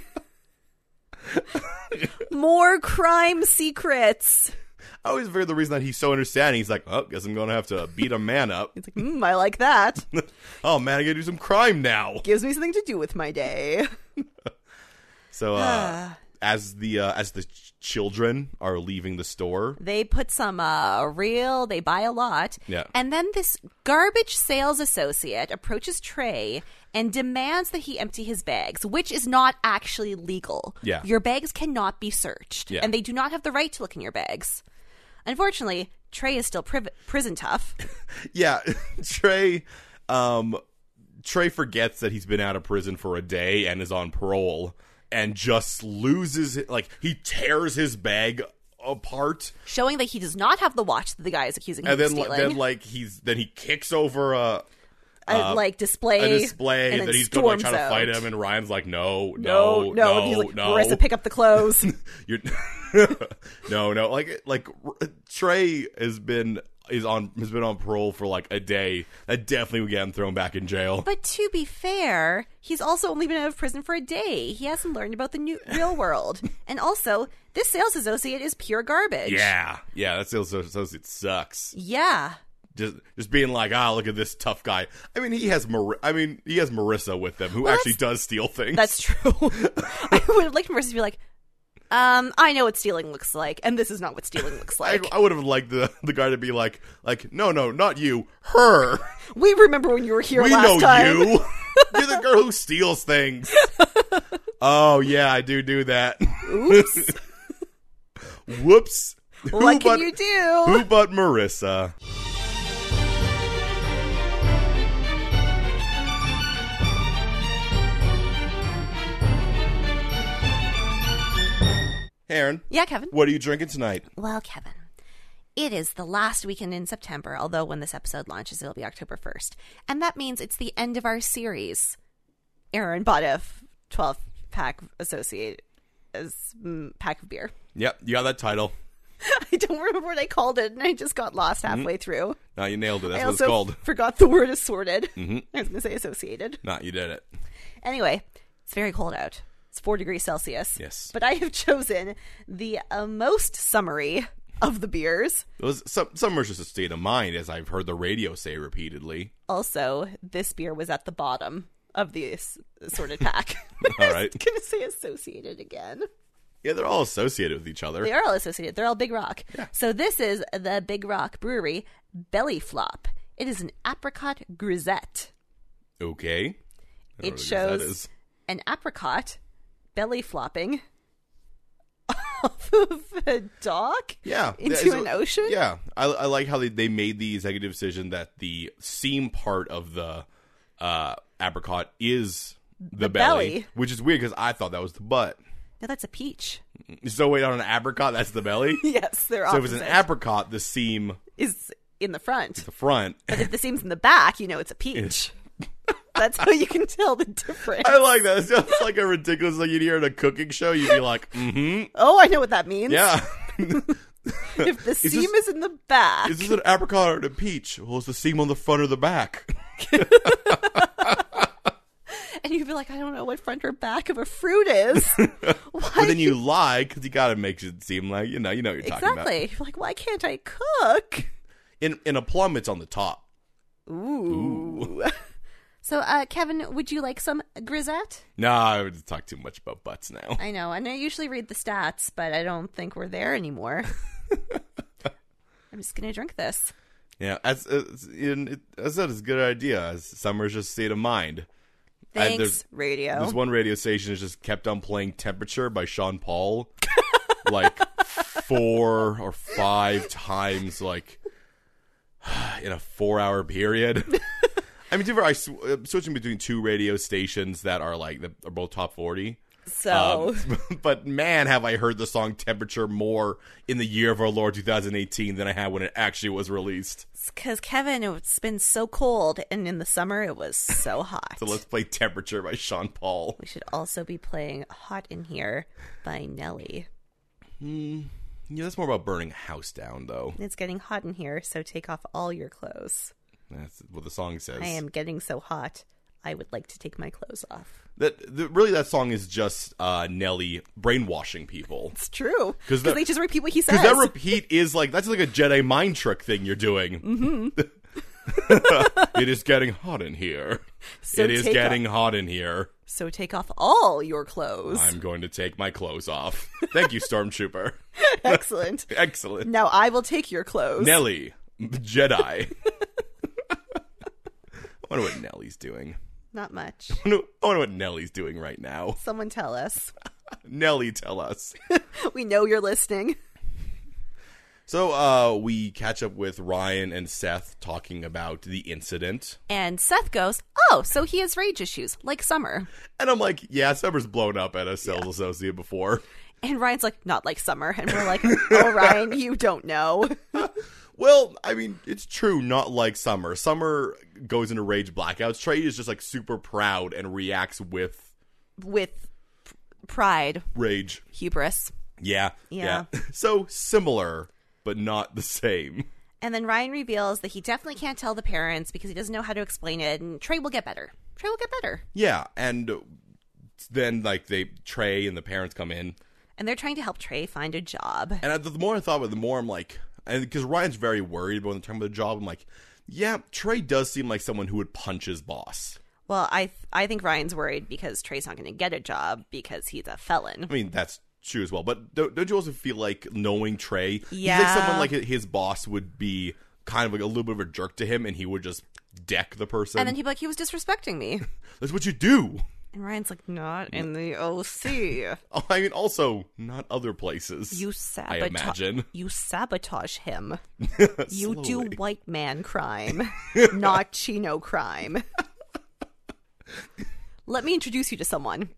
More crime secrets. I always figure the reason that he's so understanding, he's like, oh, guess I'm going to have to beat a man up. It's like, mm, I like that. oh, man, I got to do some crime now. Gives me something to do with my day. So, uh, as the uh, as the ch- children are leaving the store, They put some uh, real, they buy a lot. Yeah. And then this garbage sales associate approaches Trey and demands that he empty his bags, which is not actually legal. Yeah. Your bags cannot be searched, Yeah. and they do not have the right to look in your bags. Unfortunately, Trey is still priv- prison tough. yeah, Trey, um, Trey forgets that he's been out of prison for a day and is on parole, and just loses it. Like he tears his bag apart, showing that he does not have the watch that the guy is accusing him and then of li- stealing. then like he's then he kicks over a a, uh, like display, a display and that then he's going to like, try storms to fight out. him, and Ryan's like, no, No, no, no, no, and he's like, no. Marissa, pick up the clothes. You're no, no. Like, like r- Trey has been is on has been on parole for like a day. That definitely would get him thrown back in jail. but to be fair, he's also only been out of prison for a day. He hasn't learned about the new real world, and also this sales associate is pure garbage. Yeah, yeah. That sales associate sucks. yeah. Just, just being like, ah, look at this tough guy. I mean, he has Mar- I mean, he has Marissa with them, who Well, actually does steal things. That's true. I would have liked Marissa to be like, um, I know what stealing looks like, and this is not what stealing looks I, like. I would have liked the the guy to be like, like, no, no, not you, her. we remember when you were here We last know time. you. You're the girl who steals things. oh yeah, I do do that. Oops. Whoops. what can but, you do? Who but Marissa? Aaron, Yeah, Kevin. what are you drinking tonight? Well, Kevin, it is the last weekend in September, although when this episode launches, it'll be October 1st. And that means it's the end of our series. Aaron bought a 12 pack associate as mm, pack of beer. Yep, you got that title. I don't remember what I called it, and I just got lost halfway through. No, you nailed it. Mm-hmm. That's I what it's also called. Mm-hmm. forgot the word assorted. I was going to say associated. No, you did it. Anyway, it's very cold out. It's four degrees Celsius. Yes. But I have chosen the uh, most summary of the beers. It was some summer's just a state of mind, as I've heard the radio say repeatedly. also this beer was at the bottom of the as- assorted pack. All right. I'm gonna say associated again. Yeah, they're all associated with each other. They are all associated. They're all Big Rock. So this is the Big Rock Brewery Belly Flop. It is an apricot grisette. Okay. I don't It know what that shows- is. An apricot belly flopping off of a dock. Yeah. Into So- an ocean? Yeah. I, I like how they, they made the executive decision that the seam part of the uh, apricot is the, The belly, belly. which is weird because I thought that was the butt. No, that's a peach. So, wait, on an apricot, that's the belly? Yes, they're so, opposite. if it's an apricot, the seam, is in the front. the front. But if the seam's in the back, you know it's a peach. that's how you can tell the difference. I like that. It's just like a ridiculous, like you'd hear in a cooking show, you'd be like, mm hmm. Oh, I know what that means. Yeah. If the this- seam is in the back, is this an apricot or a peach? Well, it's the seam on the front or the back. and you'd be like, I don't know what front or back of a fruit is. But Why? then you lie because you got to make it seem like, you know, you know what you're talking about. Exactly. You're like, why can't I cook? In in a plum, it's on the top. Ooh. So, uh, Kevin, would you like some grisette? Nah, I would talk too much about butts now. I know, and I usually read the stats, but I don't think we're there anymore. I'm just gonna drink this. Yeah, as, as in, it, as I said, it's a good idea. As summer's just a state of mind. I- Thanks, there's- radio. This one radio station has just kept on playing "Temperature" by Sean Paul, like four or five times, like in a four-hour period. I mean, to be fair, I sw- uh, switching between two radio stations that are like the, are both top forty. So Um, but man, have I heard the song Temperature more in the year of our Lord 2018 than I had when it actually was released. because Kevin, it's been so cold, and in the summer it was so hot. So let's play Temperature by Sean Paul. we should also be playing "Hot in Here" by Nelly. Yeah, that's more about burning a house down, though. It's getting hot in here, so take off all your clothes. That's what the song says. I am getting so hot. I would like to take my clothes off. That, that really, that song is just uh, Nelly brainwashing people. It's true 'Cause because that- they just repeat what he says. Because that repeat is like that's like a Jedi mind trick thing you're doing. Mm-hmm. it is getting hot in here. So it is take getting hot in here. so take off all your clothes. I'm going to take my clothes off. Thank you, Stormtrooper. Excellent. Excellent. Now I will take your clothes. Nelly, Jedi. I wonder what Nelly's doing. Not much. I wonder I wonder what Nelly's doing right now. Someone tell us. Nelly, tell us. We know you're listening. So uh, we catch up with Ryan and Seth talking about the incident. And Seth goes, Oh, so he has rage issues, like Summer. And I'm like, yeah, Summer's blown up at a sales associate before. And Ryan's like, Not like Summer. And we're like, Oh, Ryan, you don't know. Well, I mean, it's true, not like Summer. Summer goes into rage blackouts. Trey is just like super proud and reacts with With p- pride, rage. hubris. Yeah. Yeah. So similar, but not the same. And then Ryan reveals that he definitely can't tell the parents because he doesn't know how to explain it. And Trey will get better. Trey will get better. Yeah. And then, like, they, Trey and the parents come in. And they're trying to help Trey find a job. And I, the more I thought about it, the more I'm like, because Ryan's very worried about the term of the job. I'm like, yeah, Trey does seem like someone who would punch his boss. Well, I th- I think Ryan's worried because Trey's not going to get a job because he's a felon. I mean, that's true as well. But don't, don't you also feel like knowing Trey, he's like Yeah. someone like his boss would be kind of like a little bit of a jerk to him, and he would just deck the person. And then he'd be like, he was disrespecting me. that's what you do. And Ryan's like, not in the OC. I mean, also not other places. You I sabotage. imagine. You sabotage him. you do Slowly. white man crime, not Chino crime. Let me introduce you to someone.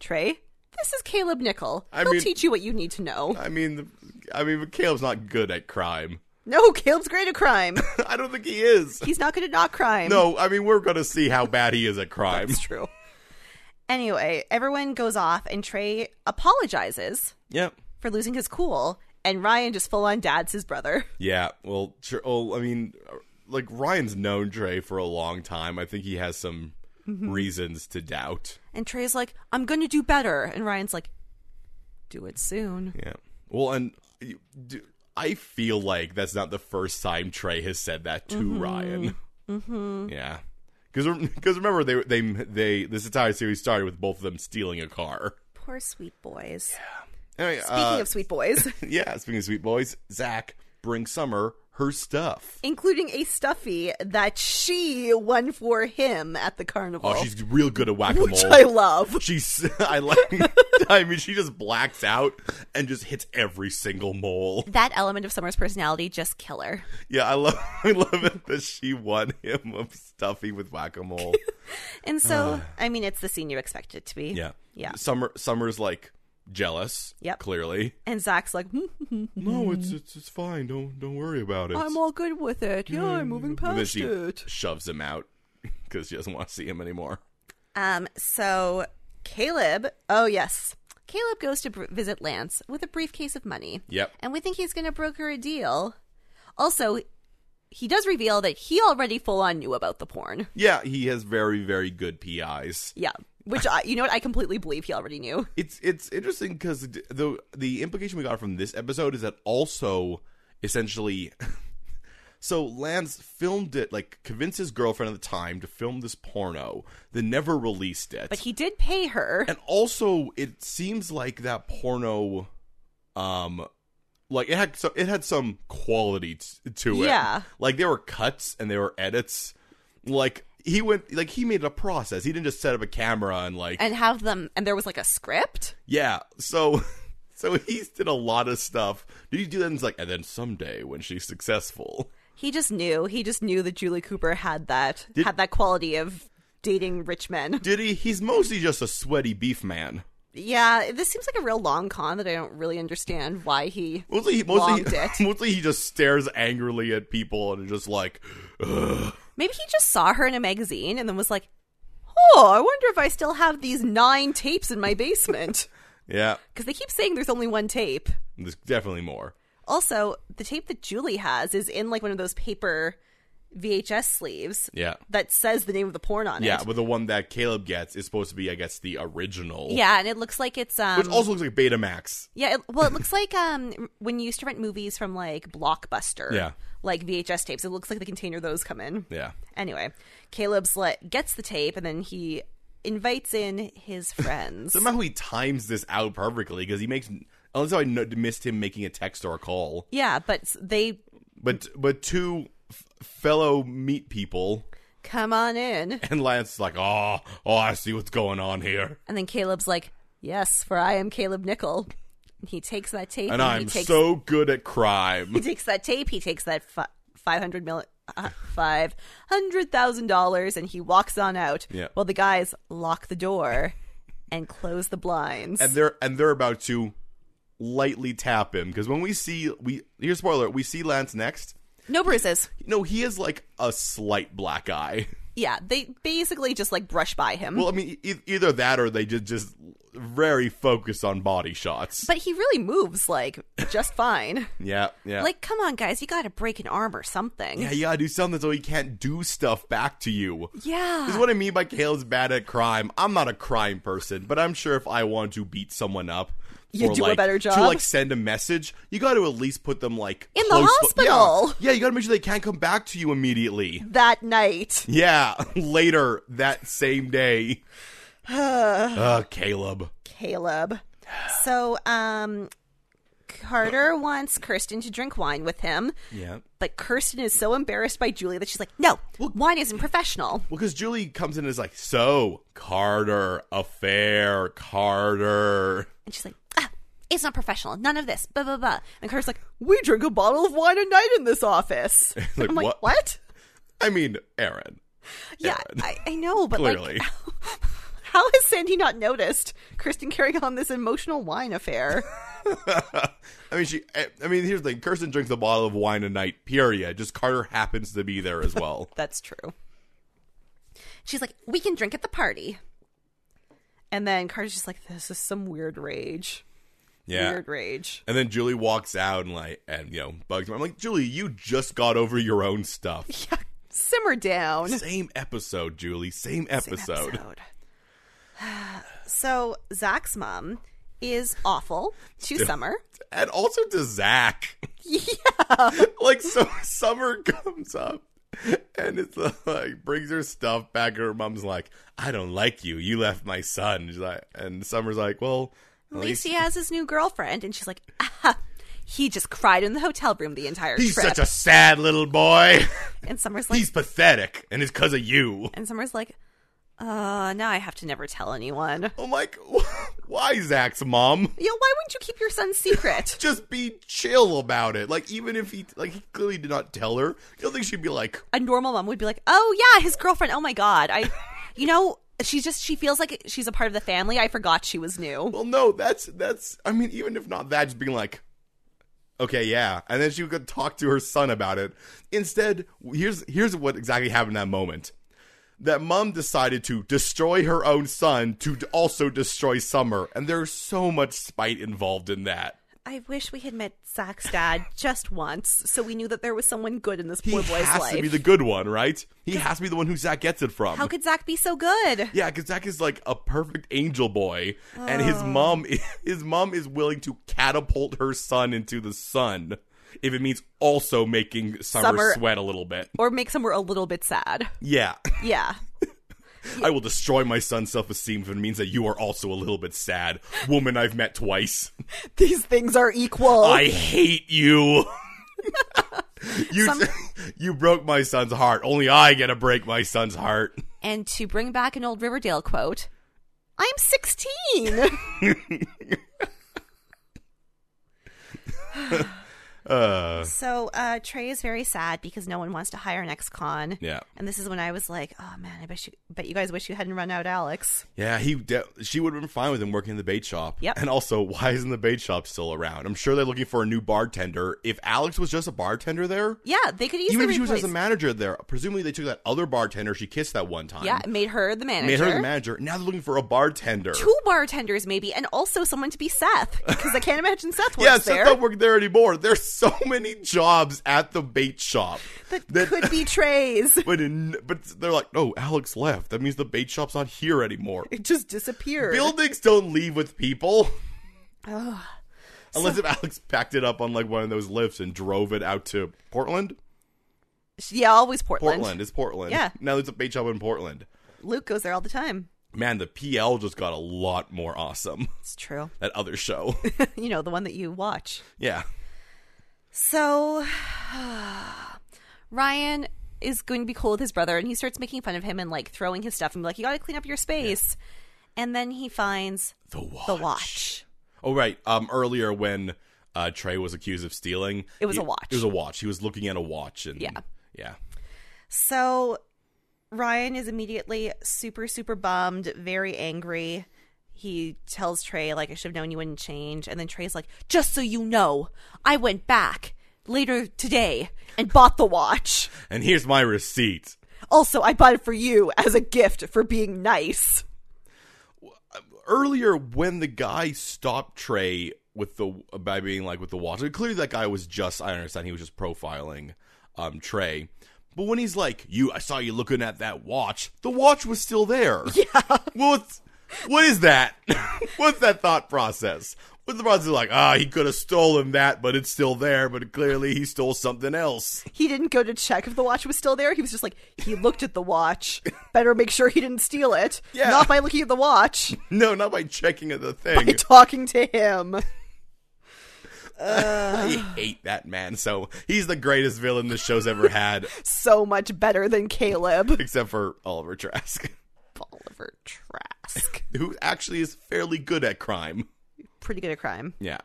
Trey, this is Caleb Nickel. I He'll mean- teach you what you need to know. I mean, the, I mean, but Caleb's not good at crime. No, Caleb's great at crime. I don't think he is. He's not good at not crime. No, I mean, we're gonna see how bad he is at crime. It's true. Anyway, everyone goes off, and Trey apologizes Yep. for losing his cool, and Ryan just full on dads his brother. Yeah, well, tr- well, I mean, like Ryan's known Trey for a long time. I think he has some Mm-hmm. reasons to doubt. And Trey's like, I'm going to do better. And Ryan's like, do it soon. Yeah. Well, and you- d- I feel like that's not the first time Trey has said that to Ryan. Mm-hmm. Yeah. Because because remember they they they this entire series started with both of them stealing a car. Poor sweet boys. Anyway, Speaking uh, of sweet boys, yeah, speaking of sweet boys, Zach brings Summer her stuff. including a stuffy that she won for him at the carnival, Oh, she's real good at whack a which I mole. love. She's I like I mean she just blacks out and just hits every single mole. That element of Summer's personality just killer. Yeah, I love I love it that she won him of stuffy with whack a mole. And so, I mean, it's the scene you expect it to be. Uh. Yeah. Yeah. Summer Summer's like jealous. Yep. Clearly. And Zach's like, "Hmm, No, it's it's it's fine. Don't don't worry about it. I'm all good with it. Yeah, I'm moving and Hmm, then past she it. shoves him out because she doesn't want to see him anymore. Um, so Caleb, oh yes, Caleb goes to br- visit Lance with a briefcase of money. Yep. And we think he's going to broker a deal. Also, he does reveal that he already full on knew about the porn. Yeah, he has very very good PIs. Yeah. Which I, you know what? I completely believe he already knew. It's it's interesting because the the implication we got from this episode is that also essentially, so Lance filmed it like convinced his girlfriend at the time to film this porno, then never released it. But he did pay her. and also it seems like that porno, um, like it had so it had some quality t- to it. Yeah. like there were cuts and there were edits. Like he went like he made it a process. He didn't just set up a camera and like And have them, and there was like a script. yeah. So so he's did a lot of stuff. Did he do that? And it's like, and then someday when she's successful. He just knew. He just knew that Julie Cooper had that had that quality of dating rich men. Did he? He's mostly just a sweaty beef man. Yeah, this seems like a real long con that I don't really understand why he. Mostly, he- mostly, Long dick. he, mostly he just stares angrily at people and is just like, Ugh. Maybe he just saw her in a magazine and then was like, "Oh, I wonder if I still have these nine tapes in my basement." yeah, Because they keep saying there's only one tape. there's definitely more. Also, the tape that Julie has is in like one of those paper VHS sleeves Yeah. that says the name of the porn on Yeah, it. but the one that Caleb gets is supposed to be, I guess, the original. Yeah, and it looks like it's um Which also looks like Betamax. yeah, it, well it looks like um when you used to rent movies from like Blockbuster. Yeah. Like VHS tapes. It looks like the container those come in. Yeah. Anyway, Caleb's like gets the tape and then he invites in his friends. Somehow he times this out perfectly because he makes. Unless I no- missed him making a text or a call. yeah, but s- they But but two f- fellow meat people, come on in. and Lance is like, oh, oh, I see what's going on here. And then Caleb's like, "Yes, for I am Caleb Nickel." And he takes that tape And he I'm takes so good at crime. He takes that tape. He takes that fi- five hundred mil, uh, five hundred thousand dollars, and he walks on out. Yeah. While the guys lock the door and close the blinds. and they're and they're about to lightly tap him because when we see we here's spoiler we see Lance next. no bruises. No, he has like a slight black eye. Yeah, they basically just like brush by him. Well, I mean, e- either that or they just just very focused on body shots. but he really moves like just fine. yeah, yeah, Like, come on, guys, you got to break an arm or something. yeah. You gotta do something so he can't do stuff back to you. Yeah. This is what I mean by Caleb's bad at crime. I'm not a crime person, but I'm sure if I want to beat someone up, You or, do a like, better To job. like send a message, you got to at least put them like In the close- hospital. Yeah, yeah you got to make sure they can't come back to you immediately. that night. Yeah, later that same day. uh, Caleb. Caleb. So, um, Carter wants Kirsten to drink wine with him, Yeah. but Kirsten is so embarrassed by Julie that she's like, "No, wine isn't professional." Well, because Julie comes in and is like, so, Carter, affair, Carter. And she's like, "Ah, it's not professional. None of this." Blah blah blah. And Carter's like, "We drink a bottle of wine a night in this office." Like, I'm like, what? "What?" I mean, Aaron. Yeah, I, I know, but Clearly. like, how has Sandy not noticed Kristen carrying on this emotional wine affair? I mean, she. I I mean, here's the thing. Kirsten drinks a bottle of wine a night. Period. Just Carter happens to be there as well. That's true. She's like, we can drink at the party. And then Carter's just like, this is some weird rage. yeah. Weird rage. And then Julie walks out and like, and you know, bugs me. I'm like, Julie, you just got over your own stuff. Yeah. Simmer down. Same episode, Julie. Same Same episode. episode. so Zach's mom is awful to Summer. And also to Zach. Yeah. like so, Summer comes up. And it's like brings her stuff back, and her mom's like, "I don't like you. You left my son." She's like, and Summer's like, "Well, at At least least he has his new girlfriend. And she's like, ah, he just cried in the hotel room the entire He's trip. such a sad little boy. and Summer's like, He's pathetic, and it's because of you. and Summer's like, uh, now I have to never tell anyone. I'm like, why, Zach's mom? Yeah, why wouldn't you keep your son's secret? Just be chill about it. Like, even if he, like, he clearly did not tell her, you don't think she'd be like, a normal mom would be like, "Oh yeah, his girlfriend. Oh my god, I, you know, she's just she feels like she's a part of the family. I forgot she was new." well, no, that's, that's, I mean, even if not that, just being like, okay, yeah. And then she could talk to her son about it. Instead, here's, here's what exactly happened in that moment. That mom decided to destroy her own son to also destroy Summer, and there's so much spite involved in that. I wish we had met Zach's dad just once, so we knew that there was someone good in this He poor boy's has life. to be the good one, right? He has to be the one who Zach gets it from. How could Zach be so good? yeah, because Zach is like a perfect angel boy, and his Oh. mom, his mom is willing to catapult her son into the sun if it means also making Summer, Summer- sweat a little bit. Or make someone a little bit sad. Yeah, Yeah. I will destroy my son's self-esteem if it means that you are also a little bit sad, woman I've met twice. These things are equal. I hate you. you Some- you broke my son's heart. Only I get to break my son's heart. and to bring back an old Riverdale quote, I'm 16. Uh, So uh, Trey is very sad because no one wants to hire an ex-con. yeah. And this is when I was like, "Oh man, I bet you, bet you guys wish you hadn't run out Alex." Yeah, he de- she would have been fine with him working in the bait shop. Yep. And also, why isn't the bait shop still around? I'm sure they're looking for a new bartender. If Alex was just a bartender there, Yeah, they could easily even if she was replace. as a manager there, presumably they took that other bartender she kissed that one time. yeah, it made her the manager. Made her the manager. Now they're looking for a bartender. Two bartenders maybe, and also someone to be Seth because I can't imagine Seth works yeah, Seth there. don't work there anymore. There's so many jobs at the bait shop. that, that- could be Trey's. But in, but they're like, oh, Alex left. That means the bait shop's not here anymore. It just disappeared. Buildings don't leave with people. Ugh. Unless if Alex packed it up on like one of those lifts and drove it out to Portland. yeah, always Portland. Portland, is Portland. Yeah. Now there's a bait shop in Portland. Luke goes there all the time. Man, the PL just got a lot more awesome. It's true. That other show. you know, the one that you watch. yeah. So Ryan is going to be cool with his brother and he starts making fun of him and like throwing his stuff and be like, You gotta clean up your space. And then he finds The watch. the watch. Oh right. Um earlier when uh Trey was accused of stealing. It was he- a watch. It was a watch. He was looking at a watch and Yeah. Yeah. So Ryan is immediately super, super bummed, very angry. He tells Trey, like, I should have known you wouldn't change. And then Trey's like, just so you know, I went back later today and bought the watch. And here's my receipt. Also, I bought it for you as a gift for being nice. Earlier when the guy stopped Trey with the by being like with the watch. and Clearly that guy was just I understand he was just profiling um Trey. But when he's like, "You, I saw you looking at that watch." The watch was still there. Yeah. What's what is that? What's that thought process? What's the process like? Ah, he could have stolen that, but it's still there. But clearly, he stole something else. He didn't go to check if the watch was still there. He was just like, he looked at the watch. Better make sure he didn't steal it. Yeah. Not by looking at the watch, No, not by checking at the by thing. talking to him. I hate that man. So he's the greatest villain this show's ever had, So much better than Caleb. except for Oliver Trask, Oliver Trask. who actually is fairly good at crime. Pretty good at crime. Yeah,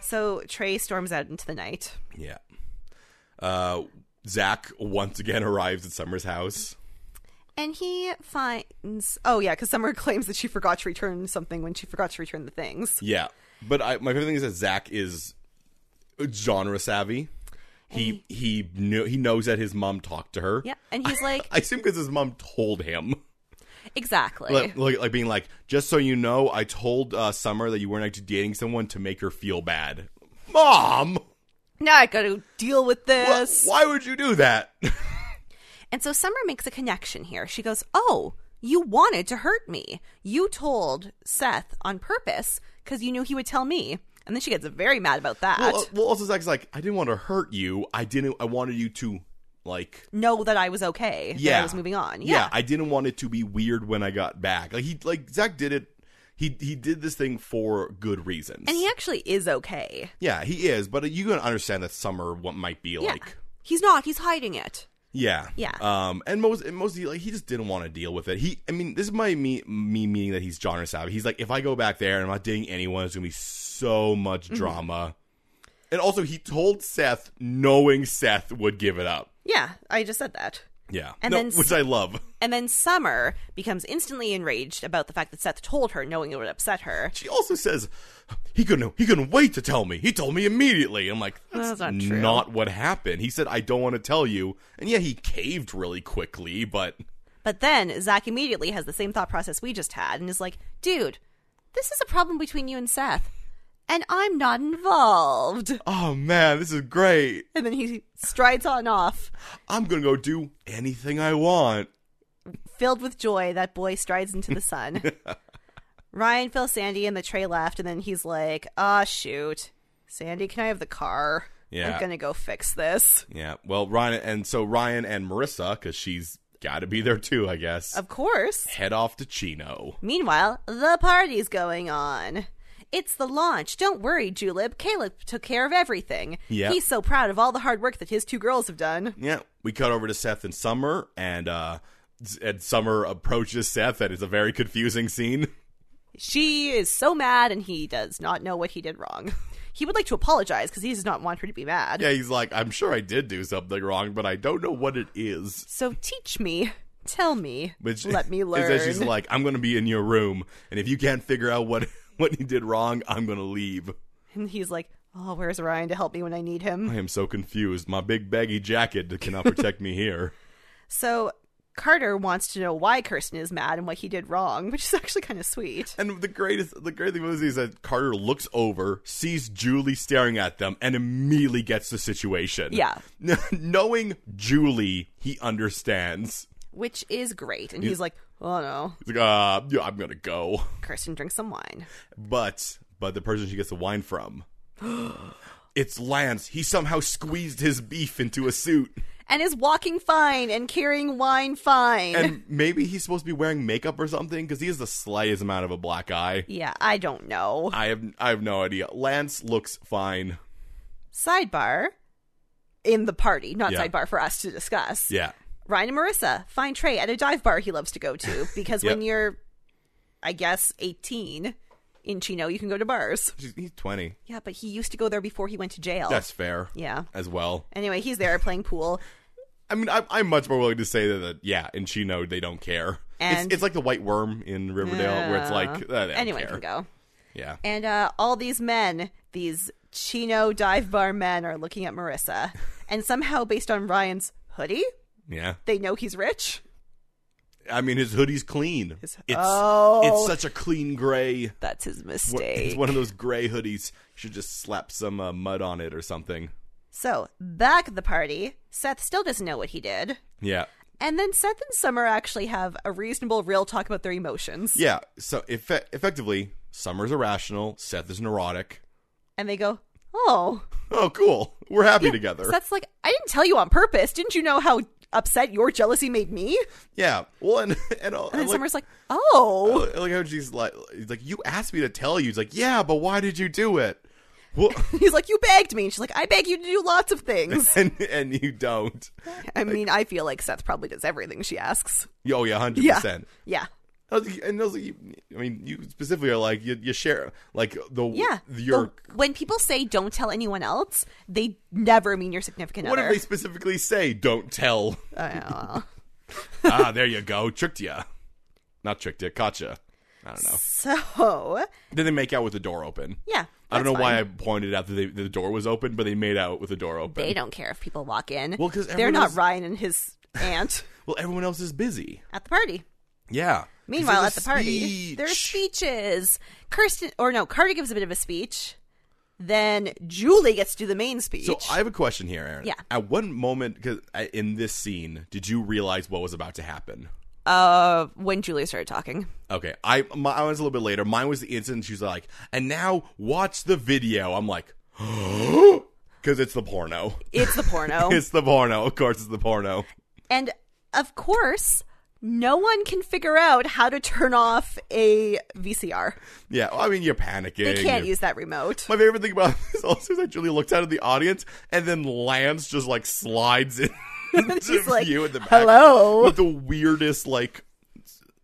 So Trey storms out into the night. yeah. Uh, Zach once again arrives at Summer's house. And he finds. Oh, yeah, because Summer claims that she forgot to return something when she forgot to return the things. Yeah, but I, my favorite thing is that Zach is genre savvy. He he knew he knows that his mom talked to her. Yeah. And he's like, I assume because his mom told him, exactly. like, like, like being like, just so you know, I told uh, Summer that you weren't actually dating someone to make her feel bad. Mom, now I gotta deal with wh- this. why would you do that? And so Summer makes a connection here. She goes, Oh, you wanted to hurt me. You told Seth on purpose because you knew he would tell me. And then she gets very mad about that. well, uh, well, also Zach's like, I didn't want to hurt you. I didn't. I wanted you to like know that I was okay. That I Yeah. was moving on. yeah. Yeah. I didn't want it to be weird when I got back. Like he like Zach did it. He he did this thing for good reasons. and he actually is okay. yeah, he is. But you can understand that Summer what might be Yeah. like. He's not. He's hiding it. Yeah. Yeah. Um. And most and mostly like he just didn't want to deal with it. He. I mean, this is my me me meaning that he's John or Savage. He's like, if I go back there and I'm not dating anyone, it's gonna be so Mm-hmm. much drama. And also, he told Seth, knowing Seth would give it up. Yeah. I just said that. Yeah. And No, then s- which I love. And then Summer becomes instantly enraged about the fact that Seth told her, knowing it would upset her. She also says he couldn't he couldn't wait to tell me. He told me immediately. I'm like, that's, That's not true. not what happened. He said, I don't want to tell you. And yeah, he caved really quickly, but But then Zach immediately has the same thought process we just had and is like, dude, this is a problem between you and Seth, and I'm not involved. oh man, this is great. And then he strides on off. I'm gonna go do anything I want. Filled with joy, that boy strides into the sun. Ryan fills Sandy and the tray left, and then he's like, ah, shoot. Sandy, can I have the car? Yeah. I'm going to go fix this. Yeah. Well, Ryan and so Ryan and Marissa, because she's gotta be there too, I guess. Of course. Head off to Chino. Meanwhile, the party's going on. It's the launch. Don't worry, Julep. Caleb took care of everything. Yeah. He's so proud of all the hard work that his two girls have done. Yeah. We cut over to Seth and Summer, and uh and Summer approaches Seth, and it's a very confusing scene. She is so mad, and he does not know what he did wrong. He would like to apologize because he does not want her to be mad. Yeah, he's like, I'm sure I did do something wrong, but I don't know what it is. So teach me, tell me, Which let me is learn. that she's like, I'm gonna be in your room, and if you can't figure out what what you did wrong, I'm gonna leave. and he's like, oh, where's Ryan to help me when I need him? I am so confused. My big baggy jacket cannot protect me here. So Carter wants to know why Kirsten is mad and what he did wrong, which is actually kind of sweet. And the greatest, the great thing was is that Carter looks over, sees Julie staring at them, and immediately gets the situation. Yeah. knowing Julie, he understands. Which is great. And he's like, oh no. He's like, uh, yeah, I'm gonna go. Kirsten drinks some wine. But, but the person she gets the wine from, it's Lance. He somehow squeezed his beef into a suit, And is walking fine and carrying wine fine. and maybe he's supposed to be wearing makeup or something because he has the slightest amount of a black eye. yeah, I don't know. I have, I have no idea. Lance looks fine. Sidebar in the party, not Yeah. sidebar for us to discuss. Yeah. Ryan and Marissa find Trey at a dive bar he loves to go to because Yep. when you're, I guess, 18 in Chino, you can go to bars. She's- He's 20. Yeah, but he used to go there before he went to jail. That's fair. Yeah. As well. Anyway, he's there playing pool. I mean, I'm, I'm much more willing to say that, that yeah, in Chino they don't care. And- it's, it's like the white worm in Riverdale, where it's like uh, they don't anyone care. can go. Yeah, And uh, all these men, these Chino dive bar men, are looking at Marissa. and somehow, based on Ryan's hoodie, yeah. they know he's rich. I mean, his hoodie's clean. It's Oh. it's such a clean gray. That's his wha- It's mistake. one of those gray hoodies. You should just slap some uh, mud on it or something. so, back at the party, Seth still doesn't know what he did. Yeah, And then Seth and Summer actually have a reasonable, real talk about their emotions. yeah. So effe- effectively, Summer's irrational. Seth is neurotic. And they go, Oh. Oh, cool. We're happy together. Seth's like, I didn't tell you on purpose. Didn't you know how upset your jealousy made me? yeah. Well, and and, all, And then like- Summer's like, Oh. I like how she's like, he's like, you asked me to tell you. He's like, yeah, but why did you do it? Well, He's like, You begged me. And she's like, I beg you to do lots of things. and and you don't. I mean, I feel like Seth probably does everything she asks. Oh yeah, hundred Yeah. percent. Yeah. I was like- And I, was like, you, I mean, you specifically are like you, you share like the Yeah. your The- when people say don't tell anyone else, they never mean your significant what did other. Oh, they specifically say? Don't tell. I don't know. ah, there you go. Tricked ya. Not tricked ya. Caught ya. I don't know. so, Then they make out with the door open. yeah. I don't know that's fine. why I pointed out that, they, that the door was open, but they made out with the door open. They don't care if people walk in. Well, 'cause they're everyone not is- Ryan and his aunt well, everyone else is busy. at the party. Yeah. 'Cause Meanwhile, there's at the a party, there are speech. speeches. Kirsten, or no, Carter gives a bit of a speech. Then Julie gets to do the main speech. So I have a question here, Aaron. Yeah. At one moment, because in this scene, did you realize what was about to happen? uh, when Julie started talking, Okay, I my, I was a little bit later. Mine was the instant she's like, and now watch the video. I'm like, because it's the porno. it's the porno. It's the porno. Of course, it's the porno. And of course, no one can figure out how to turn off a VCR. Yeah, well, I mean you're panicking. They can't You- use that remote. my favorite thing about this also is that Julie looks out at the audience and then Lance just like slides in to He's like, view at the back. "Hello." with the weirdest like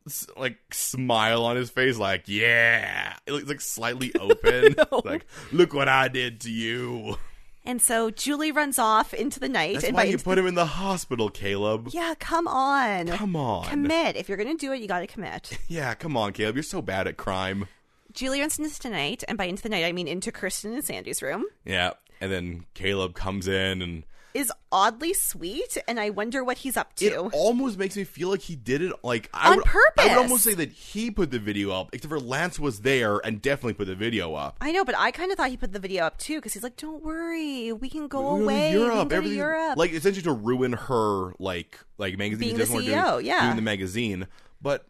s- like smile on his face like yeah it looks like slightly open like look what i did to you And so Julie runs off into the night that's and why by you put him in the hospital caleb Yeah, come on. come on Commit. If you're going to do it, you got to commit. yeah come on caleb you're so bad at crime Julie runs into tonight, and by into the night, I mean into Kirsten and Sandy's room, yeah and then caleb comes in and is oddly sweet, and I wonder what he's up it to. almost makes me feel like he did it like I On would, I purpose. would almost say that he put the video up except for lance was there and definitely put the video up I know, but I kind of thought he put the video up too because he's like, "Don't worry, we can go We're going to away. We can go to everything- Europe." Like essentially to ruin her like like magazine. Being he the doesn't want CEO, to do, yeah. doing the magazine, but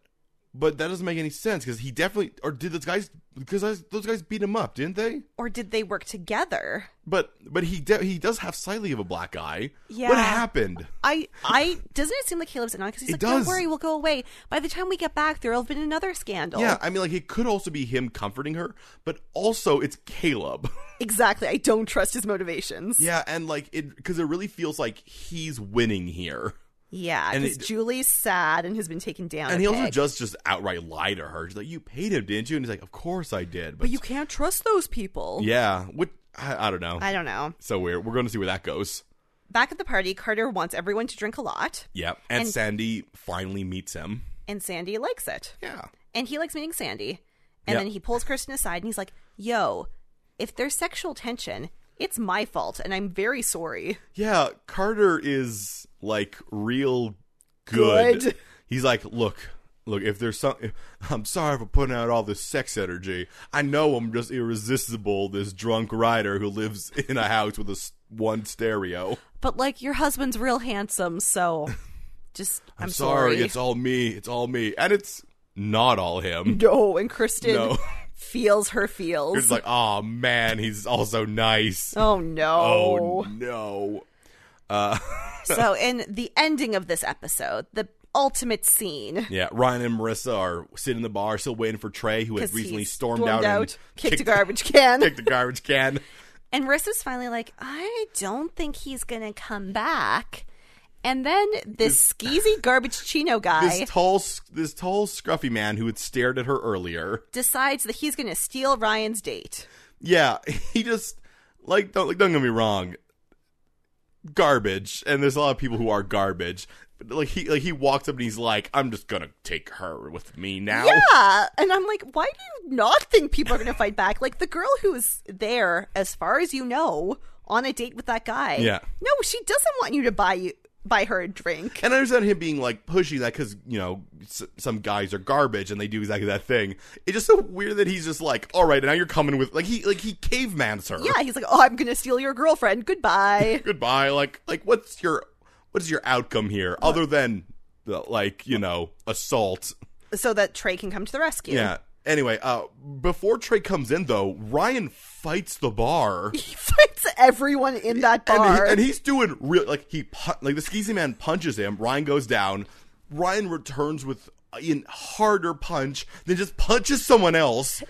but that doesn't make any sense because he definitely or did those guys because those- those guys beat him up, didn't they? or did they work together? But but he de- he does have slightly of a black eye. Yeah. What happened? I, I doesn't it seem like Caleb's in on because he's It like, does. "Don't worry, we'll go away." By the time we get back, there will have been another scandal. Yeah, I mean, like it could also be him comforting her, but also it's Caleb. exactly. I don't trust his motivations. yeah, and like it because it really feels like he's winning here. yeah. And Because it- Julie's sad and has been taken down. And a he also peg. just just outright lied to her. She's like, "You paid him, didn't you?" And he's like, "Of course I did." but you can't trust those people. Yeah, what I, I don't know. I don't know. so weird. We're going to see where that goes. Back at the party, Carter wants everyone to drink a lot, Yeah. And, And- Sandy finally meets him. and Sandy likes it. Yeah. And he likes meeting Sandy. And Yeah. then he pulls Kirsten aside and he's like, Yo, if there's sexual tension, it's my fault, and I'm very sorry. Yeah. Carter is like real good. Good. He's like, look, look, if there's some, I'm sorry for putting out all this sex energy. I know I'm just irresistible, this drunk rider who lives in a house with a s- one stereo. But like your husband's real handsome, so just I'm, I'm, sorry. It's all me. It's all me. And it's not all him. no, and Kristen No. feels her feels. It's like, oh man, he's also nice. oh no. Oh no. so in the ending of this episode, the ultimate scene. Yeah, Ryan and Marissa are sitting in the bar, still waiting for Trey, who has 'cause recently he stormed, out, and kicked, a garbage can. kicked the garbage can. And Marissa's finally like, I don't think he's gonna come back. And then this skeezy garbage chino guy This tall, s- this tall, scruffy man who had stared at her earlier. decides that he's gonna steal Ryan's date. Yeah, he just like don't like, don't get me wrong, garbage. And there's a lot of people who are garbage. But like he like he walks up and he's like, I'm just gonna take her with me now. Yeah. And I'm like, why do you not think people are going to fight back? Like, the girl who is there, as far as you know, on a date with that guy. Yeah. No, she doesn't want you to buy you buy her a drink. And I understand him being like pushing that because you know s- some guys are garbage and they do exactly that thing. It's just so weird that he's just like, all right, now you're coming with like he like he cavemans her. Yeah, he's like, oh, I'm going to steal your girlfriend. Goodbye. Goodbye. Like like what's your what's your outcome here other than the, like you know assault? so that Trey can come to the rescue. Yeah. Anyway, uh, before Trey comes in though, Ryan fights the bar. He fights everyone in that And, bar. he, and he's doing real like he pu- like the skeezy man punches him. Ryan goes down. Ryan returns with an harder punch, then just punches someone else.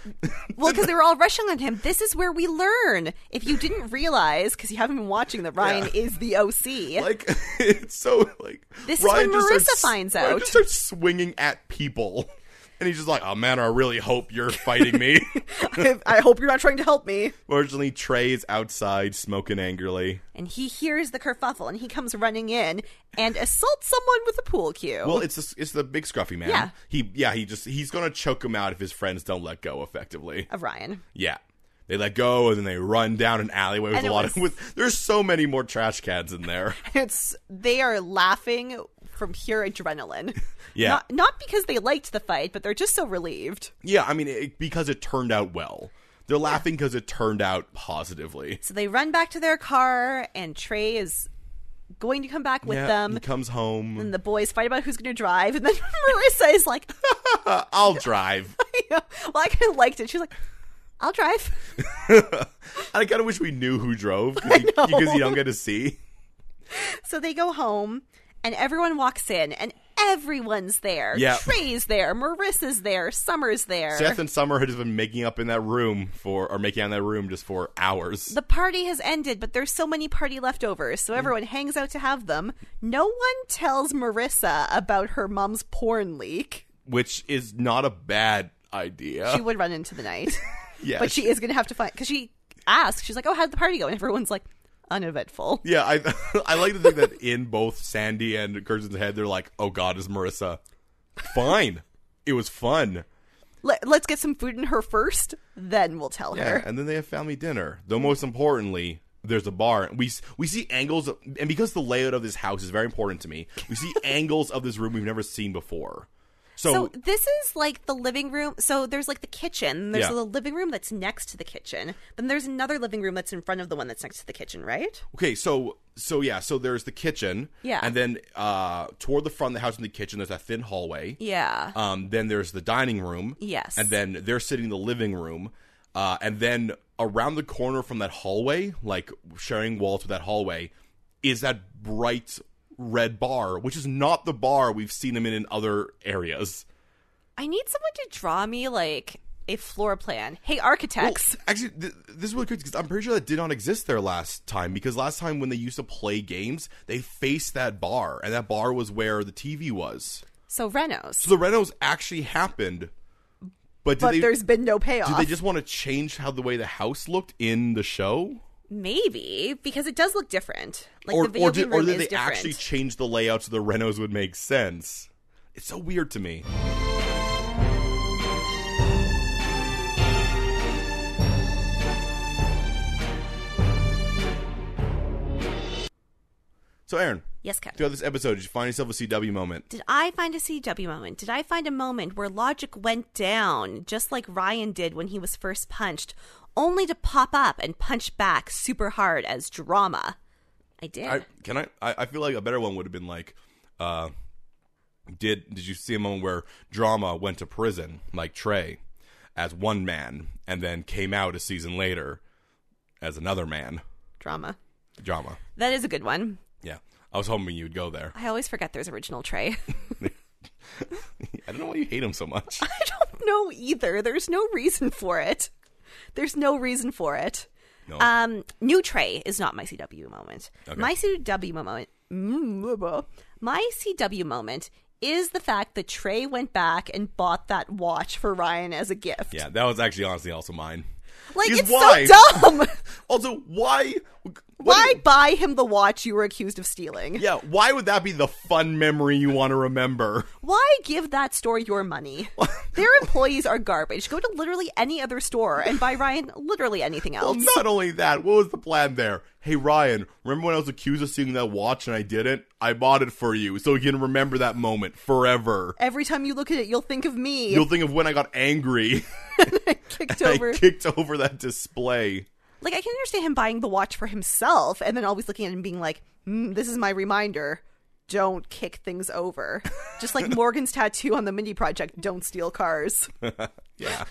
well, because they were all rushing on him. This is where we learn. If you didn't realize, because you haven't been watching, that Ryan Yeah. is the OC. Like it's so like This is Ryan when just Marissa starts, finds Ryan out. Just starts swinging at people, and he's just like, "Oh man, I really hope you're fighting me." I hope you're not trying to help me. Fortunately, Trey is outside smoking angrily. and he hears the kerfuffle and he comes running in and assaults someone with a pool cue. Well, it's the, it's the big scruffy man. Oh. Yeah. he yeah he just he's gonna choke him out if his friends don't let go effectively. of Ryan. Yeah. They let go and then they run down an alleyway with And a it lot of was- with there's so many more trash cans in there. It's they are laughing from pure adrenaline. Yeah. Not, not because they liked the fight, but they're just so relieved. yeah, I mean it, because it turned out well. They're laughing because it turned out positively. So they run back to their car and Trey is going to come back with yeah, them. he comes home. And the boys fight about who's going to drive, and then Marissa is like, Mm. I'll drive. "Well, I kind of liked it." She's like, "I'll drive." I kind of wish we knew who drove 'cause you- know. because you don't get to see. So they go home, and everyone walks in, and everyone's there. Yeah. Trey's there, Marissa's there, Summer's there. Seth and Summer had just been making up in that room for or making out in that room just for hours. the party has ended, but there's so many party leftovers, Mm. so everyone hangs out to have them. No one tells Marissa about her mom's porn leak. which is not a bad idea. She would run into the night, Oh. yeah. but she is going to have to find because she asks. She's like, "Oh, how'd the party go?" And everyone's like, "Uneventful." Yeah, I I like to think that in both Sandy and Kirsten's head, they're like, "Oh God, is Marissa fine? It was fun." Let, let's get some food in her first, then we'll tell her. and then they have family dinner. Though most importantly, there's a bar. We s- we see angles, of, and because the layout of this house is very important to me, we see angles of this room we've never seen before. So, So this is like the living room. So there's like the kitchen. There's Yeah. the living room that's next to the kitchen. Then there's another living room that's in front of the one that's next to the kitchen, right? okay, so so yeah, so there's the kitchen, Yeah. and then uh toward the front of the house in the kitchen, there's a thin hallway, Yeah. Um, then there's the dining room. Yes. And then they're sitting in the living room. Uh, and then around the corner from that hallway, like sharing walls with that hallway, is that bright red bar, which is not the bar we've seen them in in other areas. I need someone to draw me like a floor plan. Hey, architects. Actually, th- this is really crazy because I'm pretty sure that did not exist there last time. Because last time when they used to play games, they faced that bar, and that bar was where the TV was. so Renos. So the renos actually happened But do but they do there's been no payoff. they just want to change how the way the house looked in the show? Maybe because it does look different. Like or the video or did, game or room did is they different. actually change the layout so the renos would make sense? It's so weird to me. So Aaron, yes, Kevin. throughout this episode, did you find yourself a CW moment? Did I find a CW moment? Did I find a moment where logic went down, just like Ryan did when he was first punched, only to pop up and punch back super hard as drama? I did. I can I, I I feel like a better one would have been like uh did did you see a moment where drama went to prison like Trey as one man and then came out a season later as another man drama. drama That is a good one. yeah I was hoping you'd go there I always forget there's original Trey. I don't know why you hate him so much I don't know either. There's no reason for it. There's no reason for it. no Um, new Trey is not my CW moment. Okay. My CW moment. mm, My CW moment is the fact that Trey went back and bought that watch for Ryan as a gift. yeah that was actually honestly also mine Like Because it's why? so dumb. also why Why what- buy him the watch you were accused of stealing? yeah why would that be the fun memory you want to remember Why give that store your money? Their employees are garbage. Go to literally any other store and buy Ryan literally anything else. Well, not only that, what was the plan there? Hey, Ryan, remember when I was accused of stealing that watch and I didn't? I bought it for you so you can remember that moment forever. Every time you look at it, you'll think of me. You'll think of when I got angry. kicked I over. kicked over that display. like I can understand him buying the watch for himself and then always looking at it and being like, mm, "This is my reminder. Don't kick things over." Just like Morgan's tattoo on the Mindy Project, "Don't steal cars." Yeah.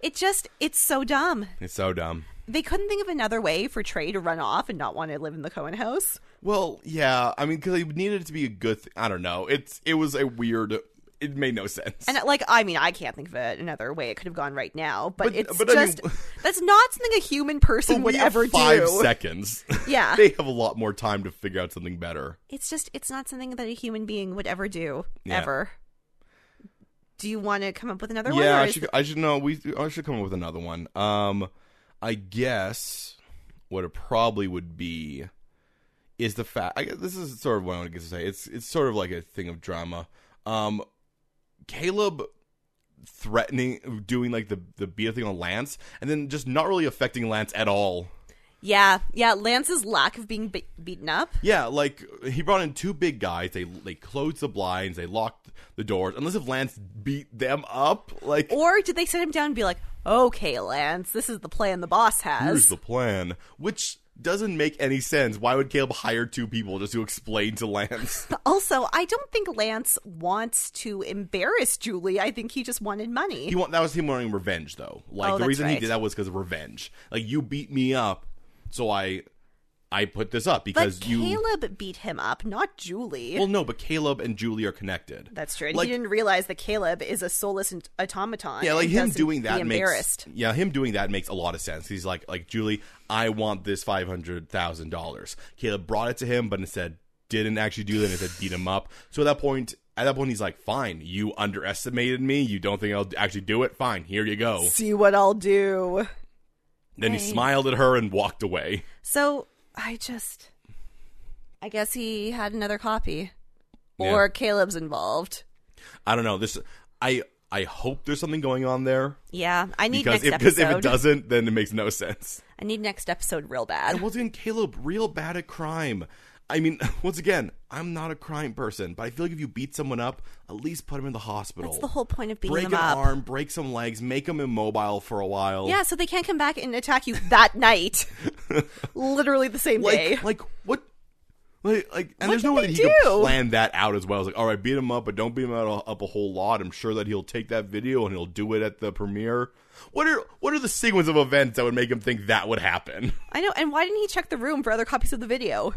It just it's so dumb. It's so dumb. They couldn't think of another way for Trey to run off and not want to live in the Cohen house. Well, yeah. I mean, because they needed it to be a good thing. I don't know. It's It was a weird. It made no sense. And uh, like I mean, I can't think of it another way it could have gone right now, but, But- it's but I mean- just that's not something a human person But would we have ever five do. seconds. Yeah. they have a lot more time to figure out something better. it's just it's not something that a human being would ever do Yeah. ever do you want to come up with another one yeah, or I is- should. I should know. We. I should come up with another one. Um, I guess what it probably would be is the fact. I guess this is sort of what I want to get to say. It's it's sort of like a thing of drama. Um, Caleb threatening, doing like the the beat thing on Lance, and then just not really affecting Lance at all. yeah yeah lance's lack of being be- beaten up Yeah, like he brought in two big guys. They they closed the blinds. They locked the doors. Unless if Lance beat them up, like or did they sit him down and be like okay lance this is the plan the boss Here's has the plan, which doesn't make any sense. Why would Caleb hire two people just to explain to Lance? also i don't think lance wants to embarrass julie i think he just wanted money he want that was him wanting revenge, though. Like Oh, the that's reason he right. did that was because of revenge. Like you beat me up, so I, I put this up because but you. caleb beat him up not julie well, no, but Caleb and Julie are connected. that's true and like- he didn't realize that caleb is a soulless an- automaton yeah, like and him doesn't doing be that embarrassed makes yeah him doing that makes a lot of sense. He's like like Julie, I want this five hundred thousand dollars. Caleb brought it to him, but instead didn't actually do that. Instead beat him up. So at that point, at that point, he's like, "Fine, you underestimated me. You don't think I'll actually do it. Fine, here you go." see what I'll do. Then he smiled at her and walked away. So I just, I guess he had another copy, Yeah. or Caleb's involved. I don't know this. I I hope there's something going on there Yeah, I need because next if, because if episode. it doesn't, then it makes no sense. I need next episode real And bad. once again, Caleb, real bad at crime. I mean, once again, I'm not a crime person, but I feel like if you beat someone up, at least put them in the hospital. That's the whole point of beating break them an up. arm, break some legs, make them immobile for a while. Yeah, so they can't come back and attack you that night. Literally the same like day. like what? Like, like and there's did no way they that he can do? plan that out as well. It's like, all right, beat him up, but don't beat him out- up a whole lot. I'm sure that he'll take that video and he'll do it at the premiere. What are what are the sequence of events that would make him think that would happen? I know. And why didn't he check the room for other copies of the video?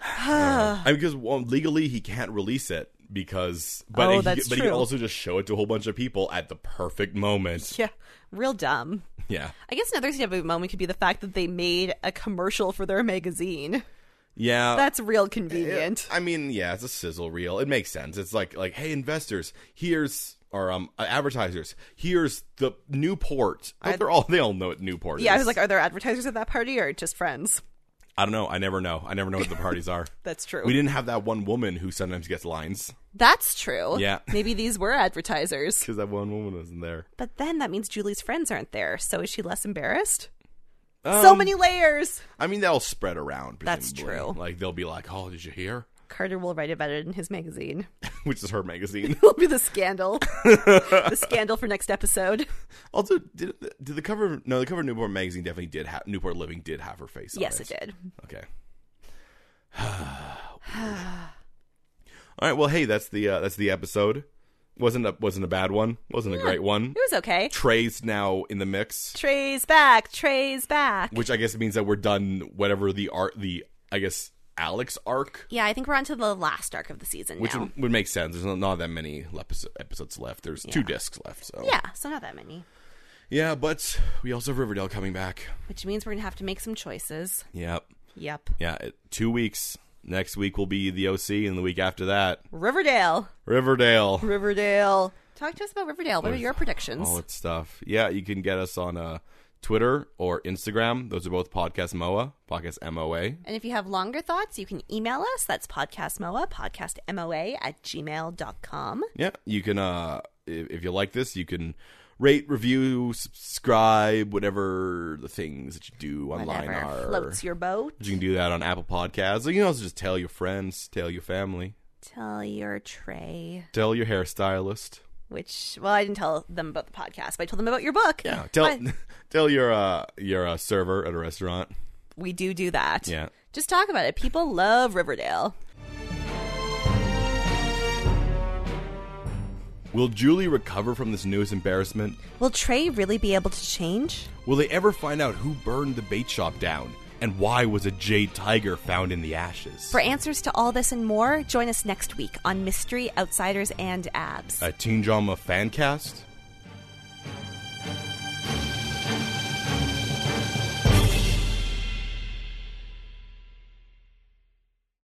Uh. I mean, because well, legally he can't release it because, but, Oh, he, that's but he can true. also just show it to a whole bunch of people at the perfect moment. Yeah, real dumb. Yeah, I guess another CW moment could be the fact that they made a commercial for their magazine. yeah. That's real convenient. Uh, I mean, yeah, it's a sizzle reel. It makes sense. It's like like, hey, investors, here's or um advertisers. Here's the Newport. I, they're all they all know what Newport Yeah, I is. was like, are there advertisers at that party or just friends? I don't know. I never know. I never know what the parties are. That's true. We didn't have that one woman who sometimes gets lines That's true. Yeah. Maybe these were advertisers. because that one woman wasn't there. But then that means Julie's friends aren't there. So is she less embarrassed? so many layers. Um, I mean, they'll spread around. That's presumably. true. Like they'll be like, "Oh, did you hear?" Carter will write about it in his magazine. Which is her magazine. It'll be the scandal. the scandal for next episode. also, did did the cover? No, the cover of Newport magazine definitely did have Newport Living did have her face. on Yes, it did. Okay. Weird. All right. Well, hey, that's the uh, that's the episode. wasn't a wasn't a bad one. wasn't a great one. It was okay. Trey's now in the mix, Trey's back. Trey's back. which I guess means that we're done. Whatever the art, the I guess Alex arc, yeah, I think we're on to the last arc of the season which now. would, would make sense. There's not, not that many lepis- episodes left. There's two discs left. So yeah, so not that many. yeah. But we also have Riverdale coming back. Which means we're going to have to make some choices. Yep. Yep. Yeah. it- Two weeks. Next week will be the OC, and the week after that, Riverdale. Riverdale. Riverdale. Talk to us about Riverdale. What are your predictions? all that stuff. Yeah, you can get us on uh, Twitter or Instagram. Those are both podcast MOA, podcast MOA. And if you have longer thoughts, you can email us. That's podcastmoa, podcastmoa at gmail.com. Yeah, you can. Uh, if, if you like this, you can rate, review, subscribe, whatever the things that you do online Whatever are. floats your boat. You can do that on Apple Podcasts. You can also just tell your friends, tell your family, Tell your tray. tell your hairstylist. Which, well, I didn't tell them about the podcast, but I told them about your book. Yeah, tell I- tell your uh, your uh, server at a restaurant. we do do that. Yeah. Just talk about it. People love Riverdale. Will Julie recover from this newest embarrassment? Will Trey really be able to change? Will they ever find out who burned the bait shop down? And why was a jade tiger found in the ashes? For answers to all this and more, join us next week on Mystery, Outsiders, and Abs. A teen drama fan cast?